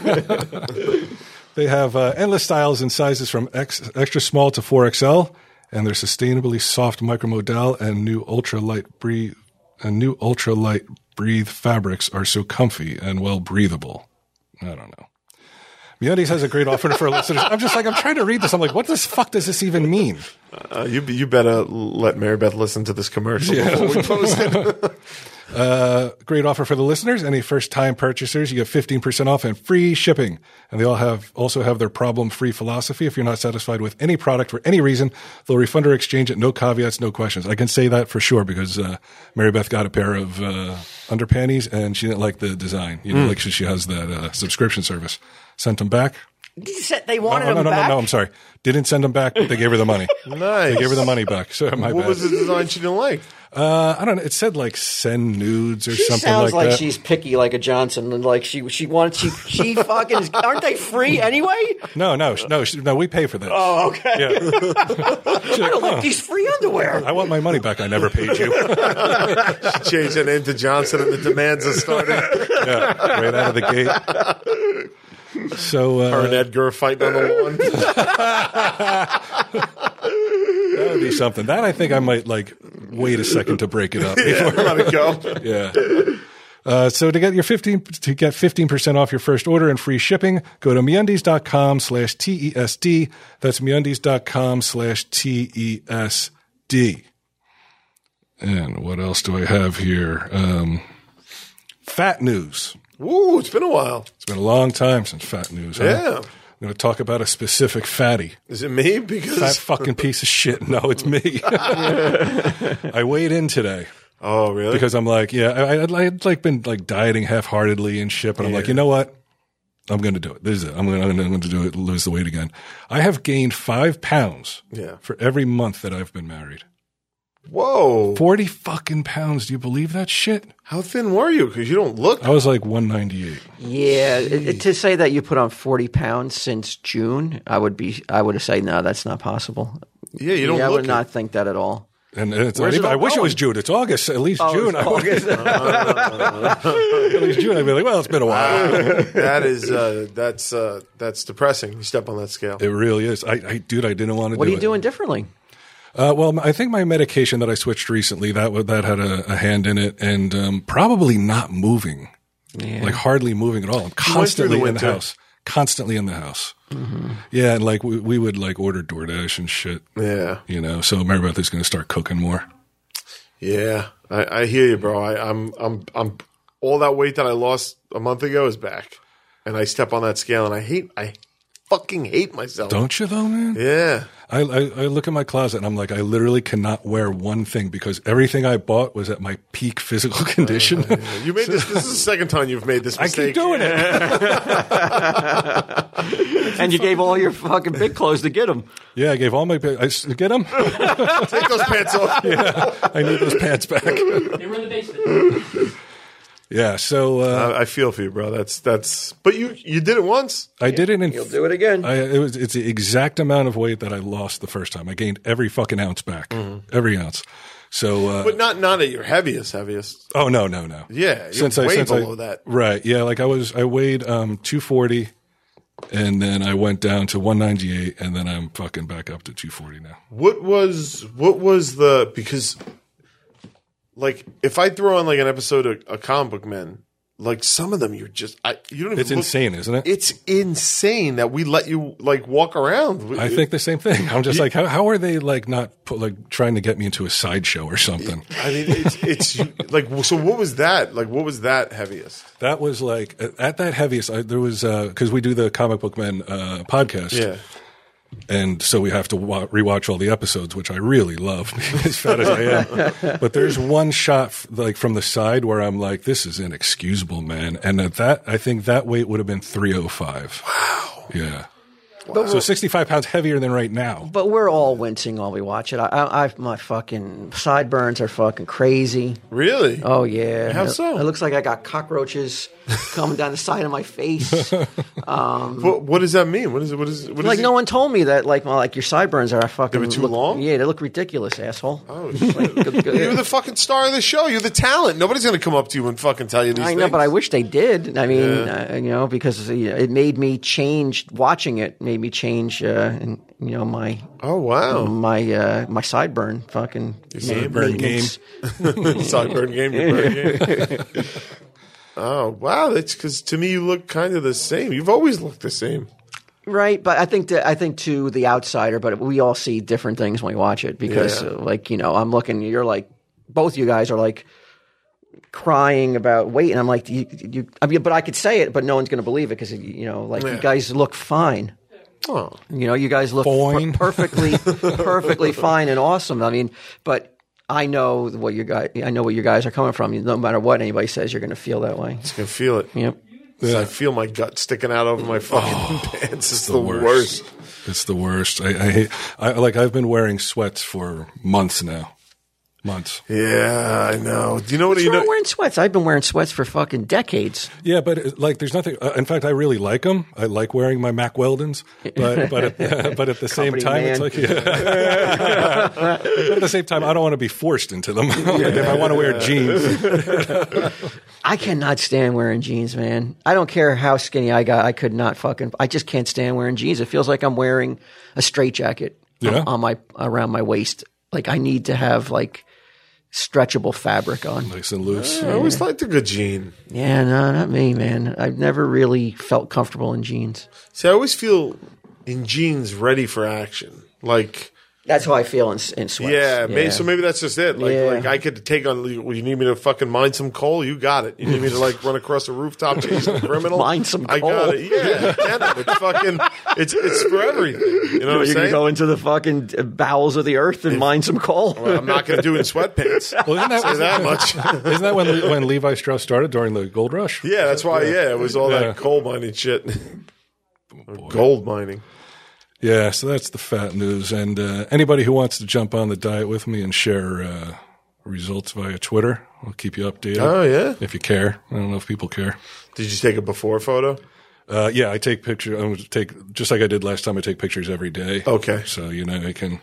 [SPEAKER 3] They have uh, endless styles and sizes from ex- extra small to 4XL, and they're sustainably soft micromodal and new ultralight breathe and new ultralight breathe fabrics are so comfy and well breathable. I don't know. MeUndies has a great offer for listeners. I'm just like I'm trying to read this. I'm like, what the fuck does this even mean?
[SPEAKER 2] Uh, you you better let Mary Beth listen to this commercial before we post it.
[SPEAKER 3] great offer for the listeners. Any first time purchasers, you get 15% off and free shipping. And they all have also have their problem free philosophy. If you're not satisfied with any product for any reason, they'll refund or exchange it. No caveats, no questions. I can say that for sure because uh, Mary Beth got a pair of uh, underpanties and she didn't like the design. You know, like she, she has that uh, subscription service. Sent them back.
[SPEAKER 1] He said They
[SPEAKER 3] Oh,
[SPEAKER 1] wanted
[SPEAKER 3] no, no,
[SPEAKER 1] them
[SPEAKER 3] no,
[SPEAKER 1] back.
[SPEAKER 3] no, I'm sorry. Didn't send them back, but they gave her the money.
[SPEAKER 2] Nice.
[SPEAKER 3] They gave her the money back. So my
[SPEAKER 2] What
[SPEAKER 3] bad.
[SPEAKER 2] was the design she didn't like?
[SPEAKER 3] Uh, I don't know. It said like send nudes or
[SPEAKER 1] She
[SPEAKER 3] something
[SPEAKER 1] sounds like,
[SPEAKER 3] that.
[SPEAKER 1] she's picky like a Johnson, and like she she wants she she fucking is, aren't they free anyway?
[SPEAKER 3] No, no, sh- no, sh- no. We pay for this.
[SPEAKER 1] Oh, okay.
[SPEAKER 3] Yeah. She's
[SPEAKER 1] I
[SPEAKER 3] like,
[SPEAKER 1] don't
[SPEAKER 3] "Huh,
[SPEAKER 1] like these free underwear.
[SPEAKER 3] I want my money back. I never paid you.
[SPEAKER 2] Change that into Johnson and the demands are starting.
[SPEAKER 3] Yeah, right out of the gate. So
[SPEAKER 2] Her and
[SPEAKER 3] uh,
[SPEAKER 2] Edgar are fighting on the lawn.
[SPEAKER 3] that would be something. That I think I might like wait a second to break it up. Before,
[SPEAKER 2] Let it go.
[SPEAKER 3] yeah. Uh, so to get your 15 to get 15% off your first order and free shipping, go to meundies.com slash TESD. That's meundies.com slash TESD. And what else do I have here? Um, fat news.
[SPEAKER 2] Ooh, it's been a while.
[SPEAKER 3] It's been a long time since fat news. Huh?
[SPEAKER 2] Yeah.
[SPEAKER 3] I'm going to talk about a specific fatty.
[SPEAKER 2] Is it me?
[SPEAKER 3] That
[SPEAKER 2] Because
[SPEAKER 3] fucking piece of shit. No, it's me. I weighed in today
[SPEAKER 2] oh, really?
[SPEAKER 3] because I'm like, yeah, I, I'd, I'd like been like dieting half heartedly and shit, but I'm like, you know what? I'm going to do it. This is it. I'm going to, I'm going to do it. Lose the weight again. I have gained five pounds
[SPEAKER 2] Yeah.
[SPEAKER 3] for every month that I've been married.
[SPEAKER 2] Whoa.
[SPEAKER 3] 40 fucking pounds. Do you believe that shit?
[SPEAKER 2] How thin were you? Because you don't look.
[SPEAKER 3] I was like 198.
[SPEAKER 1] Yeah, it- it- to say that you put on forty pounds since June, I would be I would say no, that's not possible.
[SPEAKER 2] Yeah, you don't
[SPEAKER 1] yeah, I
[SPEAKER 2] look.
[SPEAKER 1] would
[SPEAKER 2] it.
[SPEAKER 1] not think that at all.
[SPEAKER 3] And it's not
[SPEAKER 1] Where's it
[SPEAKER 3] even-
[SPEAKER 1] all
[SPEAKER 3] I wish it was
[SPEAKER 1] going?
[SPEAKER 3] June. It's August. At least
[SPEAKER 1] Oh,
[SPEAKER 3] June.
[SPEAKER 1] it's
[SPEAKER 3] I would,
[SPEAKER 1] August.
[SPEAKER 3] at least June. I'd be like, well, it's been a while.
[SPEAKER 2] that is uh, that's uh, that's depressing. You step on that scale.
[SPEAKER 3] It really is. I, I dude, I didn't want to.
[SPEAKER 1] what are
[SPEAKER 3] do
[SPEAKER 1] you
[SPEAKER 3] it.
[SPEAKER 1] doing differently?
[SPEAKER 3] Uh, well, I think my medication that I switched recently that wa- that had a, a hand in it, and um, probably not moving, like hardly moving at all. I'm constantly
[SPEAKER 2] the
[SPEAKER 3] in the
[SPEAKER 2] winter. Mm-hmm.
[SPEAKER 3] house, constantly in the house. Yeah, and like we, we would like order DoorDash and shit,
[SPEAKER 2] Yeah,
[SPEAKER 3] you know. So Mary Beth is going to start cooking more.
[SPEAKER 2] yeah. I, I hear you, bro. I, I'm I'm I'm all that weight that I lost a month ago is back, and I step on that scale, and I hate I fucking hate myself.
[SPEAKER 3] Don't you though, man?
[SPEAKER 2] Yeah,
[SPEAKER 3] I, I I look at my closet and I'm like, I literally cannot wear one thing because everything I bought was at my peak physical condition.
[SPEAKER 2] you made this. This is the second time you've made this
[SPEAKER 3] I
[SPEAKER 2] mistake.
[SPEAKER 3] keep doing it.
[SPEAKER 1] And you gave all your fucking big clothes to get them.
[SPEAKER 3] Yeah, I gave all my pa- I s- get them.
[SPEAKER 2] Take those pants off.
[SPEAKER 3] I need those pants back.
[SPEAKER 4] They were in the basement.
[SPEAKER 3] Yeah, so uh,
[SPEAKER 2] I, I feel for you, bro. That's that's. But you you did it once.
[SPEAKER 3] I did it in.
[SPEAKER 1] You'll do it again.
[SPEAKER 3] I, it was, it's the exact amount of weight that I lost the first time. I gained every fucking ounce back, every ounce. So, uh,
[SPEAKER 2] Mm-hmm. But not not at your heaviest heaviest.
[SPEAKER 3] oh no, no, no.
[SPEAKER 2] Yeah, you're way below that.
[SPEAKER 3] Right? Yeah, like I was, I weighed um, two forty, and then I went down to one ninety eight, and then I'm fucking back up to two forty now.
[SPEAKER 2] What was what was the because like if I throw on like an episode of, of comic book men, like some of them you're just I you don't even
[SPEAKER 3] It's
[SPEAKER 2] look-
[SPEAKER 3] insane, isn't it?
[SPEAKER 2] It's insane that we let you like walk around.
[SPEAKER 3] I think the same thing. I'm just like, how, how are they like not put, like trying to get me into a sideshow or something?
[SPEAKER 2] I mean it's it's like so what was that? Like what was that heaviest?
[SPEAKER 3] That was like at that heaviest. I, there was because we do the comic book men uh, podcast.
[SPEAKER 2] Yeah.
[SPEAKER 3] and so we have to wa- rewatch all the episodes, which I really love being as fat as I am. But there's one shot f- like from the side where I'm like, "This is inexcusable, man." And at that, I think that weight would have been 305. Wow. Yeah. So 65 pounds heavier than right now.
[SPEAKER 1] But we're all wincing while we watch it. I, I, I my fucking sideburns are fucking crazy.
[SPEAKER 2] Really?
[SPEAKER 1] Oh yeah.
[SPEAKER 2] How
[SPEAKER 1] It-
[SPEAKER 2] so?
[SPEAKER 1] It looks like I got cockroaches coming down the side of my face.
[SPEAKER 2] what, what does that mean? What is it? What is what is
[SPEAKER 1] like
[SPEAKER 2] it?
[SPEAKER 1] no one told me that like my like your sideburns are fucking
[SPEAKER 2] They were too
[SPEAKER 1] look-
[SPEAKER 2] long?
[SPEAKER 1] Yeah, they look ridiculous, asshole.
[SPEAKER 2] Oh, shit. You're the fucking star of the show. You're the talent. Nobody's gonna come up to you and fucking tell you these
[SPEAKER 1] I
[SPEAKER 2] things.
[SPEAKER 1] know, but I wish they did. I mean, uh, you know, because you know, it made me change. Watching it made me change, uh, and you know, my
[SPEAKER 2] Oh wow!
[SPEAKER 1] my uh, my sideburn fucking
[SPEAKER 2] sideburn
[SPEAKER 1] maintenance. Mm-hmm.
[SPEAKER 2] Sideburn game, your burn game. oh wow! That's because to me you look kind of the same. You've always looked the same.
[SPEAKER 1] right? But I think to, I think to the outsider, but we all see different things when we watch it because,
[SPEAKER 2] Yeah.
[SPEAKER 1] uh, like you know, I'm looking. You're like, both you guys are like crying about weight, and I'm like, you, you I mean, but I could say it, but no one's going to believe it because you know, like
[SPEAKER 2] Yeah.
[SPEAKER 1] you guys look fine.
[SPEAKER 2] Oh,
[SPEAKER 1] You know, you guys look per-
[SPEAKER 3] Fine.
[SPEAKER 1] perfectly, perfectly fine and awesome. I mean, but I know what you guys, I know what you guys are coming from. No matter what anybody says, you're going to feel that way.
[SPEAKER 2] I can feel it.
[SPEAKER 1] Yep.
[SPEAKER 2] I feel my gut sticking out over
[SPEAKER 1] Oh,
[SPEAKER 2] my fucking pants. It's the, worst.
[SPEAKER 3] It's the worst. I, I hate. I like. I've been wearing sweats for months now. Months.
[SPEAKER 2] Yeah, I know. Do you know what? You
[SPEAKER 1] We're
[SPEAKER 2] know,
[SPEAKER 1] wearing sweats. I've been wearing sweats for fucking decades.
[SPEAKER 3] Yeah, but uh, like, there's nothing. Uh, in fact, I really like them. I like wearing my Mac Weldons, but but at, the- but at the same
[SPEAKER 1] Company
[SPEAKER 3] time, it's
[SPEAKER 1] man.
[SPEAKER 3] like, but at the same time, I don't want to be forced into them. like if I want to wear jeans,
[SPEAKER 1] I cannot stand wearing jeans, man. I don't care how skinny I got. I could not fucking. I just can't stand wearing jeans. It feels like I'm wearing a straitjacket
[SPEAKER 3] Yeah.
[SPEAKER 1] on, on my around my waist. Like I need to have like stretchable fabric on.
[SPEAKER 3] nice and loose.
[SPEAKER 2] I always liked a good jean.
[SPEAKER 1] Yeah, no, not me, man. I've never really felt comfortable in jeans.
[SPEAKER 2] See, I always feel in jeans ready for action. Like,
[SPEAKER 1] That's how I feel in, in sweats.
[SPEAKER 2] yeah, May, so maybe that's just it. Like,
[SPEAKER 1] Yeah.
[SPEAKER 2] like I could take on. You you need me to fucking mine some coal? You got it. You need me to like run across a rooftop chasing a criminal?
[SPEAKER 1] Mine some
[SPEAKER 2] I
[SPEAKER 1] coal.
[SPEAKER 2] got it. Yeah, I get it. It's fucking. It's it's for everything. You know what I'm
[SPEAKER 1] You're gonna
[SPEAKER 2] saying?
[SPEAKER 1] go into the fucking bowels of the earth and mine some coal.
[SPEAKER 2] I'm not going to do it in sweatpants.
[SPEAKER 3] Well, isn't
[SPEAKER 2] Say
[SPEAKER 3] that,
[SPEAKER 2] that much.
[SPEAKER 3] isn't that when Le- when Levi Strauss started during the gold rush?
[SPEAKER 2] Yeah, that's why. Yeah, it was all
[SPEAKER 3] Yeah.
[SPEAKER 2] that coal mining shit. Gold mining.
[SPEAKER 3] Yeah, so that's the fat news. And uh, anybody who wants to jump on the diet with me and share uh, results via Twitter, I'll keep you updated
[SPEAKER 2] Oh yeah.
[SPEAKER 3] if you care. I don't know if people care.
[SPEAKER 2] Did you take a before photo?
[SPEAKER 3] Uh, yeah, I take pictures. I would take just like I did last time. I take pictures every day.
[SPEAKER 2] Okay.
[SPEAKER 3] so you know I can.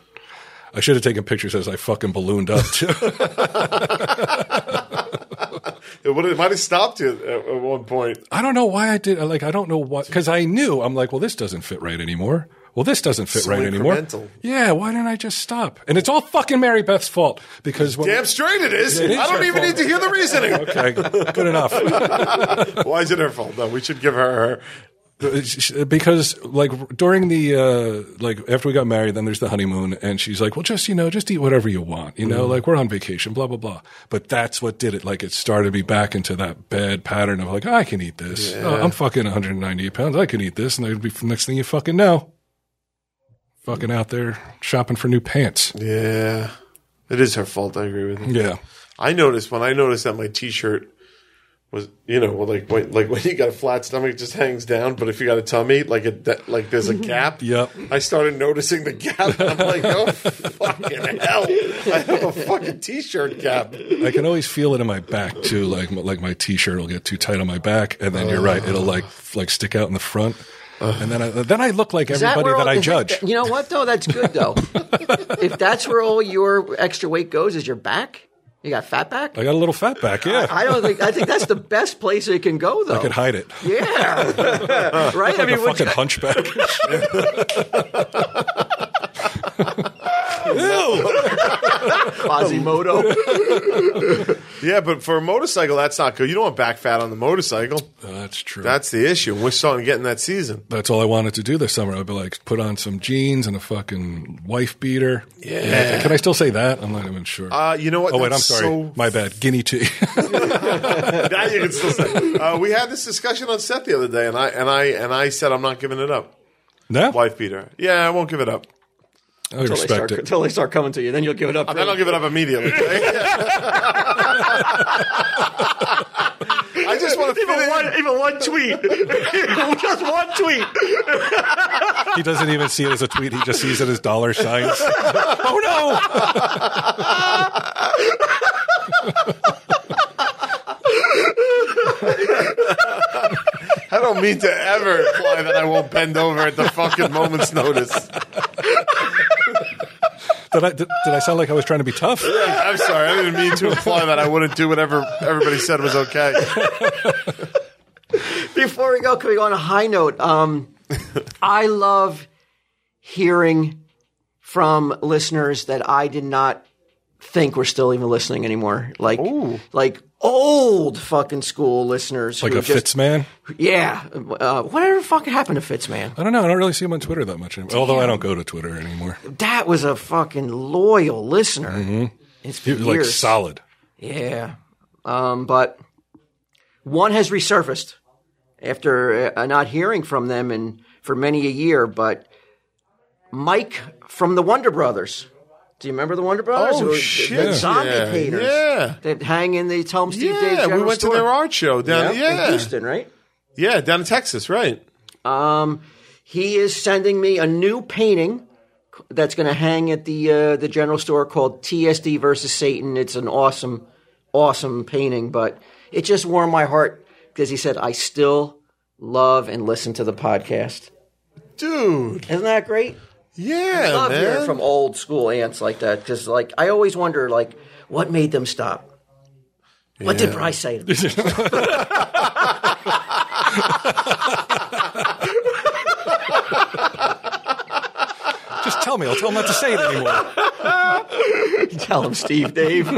[SPEAKER 3] I should have taken pictures as I fucking ballooned up too.
[SPEAKER 2] It, would, it might have stopped you at, at one point.
[SPEAKER 3] I don't know why I did. Like, I don't know what because I knew I'm like, well, this doesn't fit right anymore. Well, this doesn't fit
[SPEAKER 2] So
[SPEAKER 3] right anymore.
[SPEAKER 2] incremental.
[SPEAKER 3] Yeah, why didn't I just stop? And it's all fucking Mary Beth's fault because when,
[SPEAKER 2] Damn straight it is.
[SPEAKER 3] It is
[SPEAKER 2] I don't
[SPEAKER 3] her
[SPEAKER 2] even
[SPEAKER 3] fault.
[SPEAKER 2] need to hear the reasoning.
[SPEAKER 3] okay, good enough.
[SPEAKER 2] Why is it her fault? No, we should give her her.
[SPEAKER 3] because like during the uh like after we got married then there's the honeymoon and she's like well just you know just eat whatever you want you know like we're on vacation blah blah blah but that's what did it like it started me back into that bad pattern of like i can eat this Oh, i'm fucking 198 pounds i can eat this and it'd be next thing you fucking know fucking out there shopping for new pants
[SPEAKER 2] Yeah. It is her fault. I agree with you.
[SPEAKER 3] yeah
[SPEAKER 2] I noticed when I noticed that my T-shirt was, you know, well, like when, like when you got a flat stomach, it just hangs down. But if you got a tummy, like it, that, like there's a gap.
[SPEAKER 3] Yep.
[SPEAKER 2] I started noticing the gap. And I'm like, oh fucking hell! I have a fucking T-shirt gap.
[SPEAKER 3] I can always feel it in my back too. Like my- like my t-shirt will get too tight on my back, and then you're right, it'll like f- like stick out in the front, and then I, then I look like
[SPEAKER 1] Is that
[SPEAKER 3] everybody
[SPEAKER 1] where
[SPEAKER 3] that,
[SPEAKER 1] all-
[SPEAKER 3] I
[SPEAKER 1] is
[SPEAKER 3] judge.
[SPEAKER 1] you know what though? That's good though. if that's where all your extra weight goes, is your back? You got fat back?
[SPEAKER 3] I got a little fat back. Oh, Yeah,
[SPEAKER 1] I
[SPEAKER 3] I,
[SPEAKER 1] don't think. I think that's the best place it can go though.
[SPEAKER 3] could hide it.
[SPEAKER 1] yeah. right. I
[SPEAKER 3] Like a
[SPEAKER 1] mean, what's-
[SPEAKER 3] fucking hunchback. Ew.
[SPEAKER 1] Quasimodo.
[SPEAKER 2] Yeah, but for a motorcycle, that's not good. You don't want back fat on the motorcycle.
[SPEAKER 3] That's true. That's,
[SPEAKER 2] That's the issue. We're starting to get in that season.
[SPEAKER 3] all I wanted to do this summer. I'd be like, put on some jeans and a fucking wife beater. Yeah. Can I still say that? I'm not even sure.
[SPEAKER 2] Uh, you know what?
[SPEAKER 3] oh wait, I'm
[SPEAKER 2] That's
[SPEAKER 3] sorry.
[SPEAKER 2] so
[SPEAKER 3] My bad. Guinea tea.
[SPEAKER 2] now you can still say. Uh, we had this discussion on set the other day, and I and I and I said I'm not giving it up.
[SPEAKER 3] no,
[SPEAKER 2] Wife beater. Yeah, I won't give it up.
[SPEAKER 3] I
[SPEAKER 1] Until they,
[SPEAKER 3] respect
[SPEAKER 1] start,
[SPEAKER 3] it.
[SPEAKER 1] until they start coming to you, then you'll give it up.
[SPEAKER 2] Then I'll give it up immediately. I just want to fit
[SPEAKER 1] even
[SPEAKER 2] in.
[SPEAKER 1] one, even one tweet, just one tweet.
[SPEAKER 3] He doesn't even see it as a tweet. He just sees it as dollar signs. oh no.
[SPEAKER 2] I don't mean to ever imply that I won't bend over at the fucking moment's notice.
[SPEAKER 3] Did I, did, did I sound like I was trying to be tough?
[SPEAKER 2] I'm sorry. I didn't mean to imply that I wouldn't do whatever everybody said was okay.
[SPEAKER 1] Before we go, can we go on a high note? Um, I love hearing from listeners that I did not think were still even listening anymore. Like, like old fucking school listeners.
[SPEAKER 3] Like
[SPEAKER 1] who
[SPEAKER 3] a Fitz man?
[SPEAKER 1] Yeah. Uh, whatever fucking happened to Fitz, man?
[SPEAKER 3] I don't know. I don't really see him on Twitter that much anymore. Although I don't go to Twitter anymore.
[SPEAKER 1] That was a fucking loyal listener. It's
[SPEAKER 3] Mm-hmm. He was like
[SPEAKER 1] years.
[SPEAKER 3] solid.
[SPEAKER 1] Yeah. Um, but one has resurfaced after uh, not hearing from them in, for many a year. But Mike from the Wonder Brothers. Do you remember the Wonder Brothers?
[SPEAKER 2] Oh,
[SPEAKER 1] Who were
[SPEAKER 2] shit.
[SPEAKER 1] The zombie
[SPEAKER 2] Yeah.
[SPEAKER 1] haters.
[SPEAKER 2] Yeah.
[SPEAKER 1] That hang in the Tell 'em Steve Dave
[SPEAKER 2] Yeah, we
[SPEAKER 1] General
[SPEAKER 2] went to
[SPEAKER 1] Store.
[SPEAKER 2] their art show down.
[SPEAKER 1] Yep, In
[SPEAKER 2] Yeah, yeah,
[SPEAKER 1] Houston, right?
[SPEAKER 2] down in Texas, right?
[SPEAKER 1] Um, he is sending me a new painting that's going to hang at the uh, the general store called TSD versus Satan. It's an awesome, awesome painting, but it just warmed my heart because he said, "I still love and listen to the podcast."
[SPEAKER 2] Dude,
[SPEAKER 1] Isn't that great?
[SPEAKER 2] yeah,
[SPEAKER 1] love hearing
[SPEAKER 2] man.
[SPEAKER 1] from old school ants like that because, like, I always wonder, like, what made them stop. What did
[SPEAKER 2] Yeah.
[SPEAKER 1] Bryce say? To them?
[SPEAKER 3] Just tell me. I'll tell him not to say it anymore.
[SPEAKER 1] Tell him, Steve, Dave.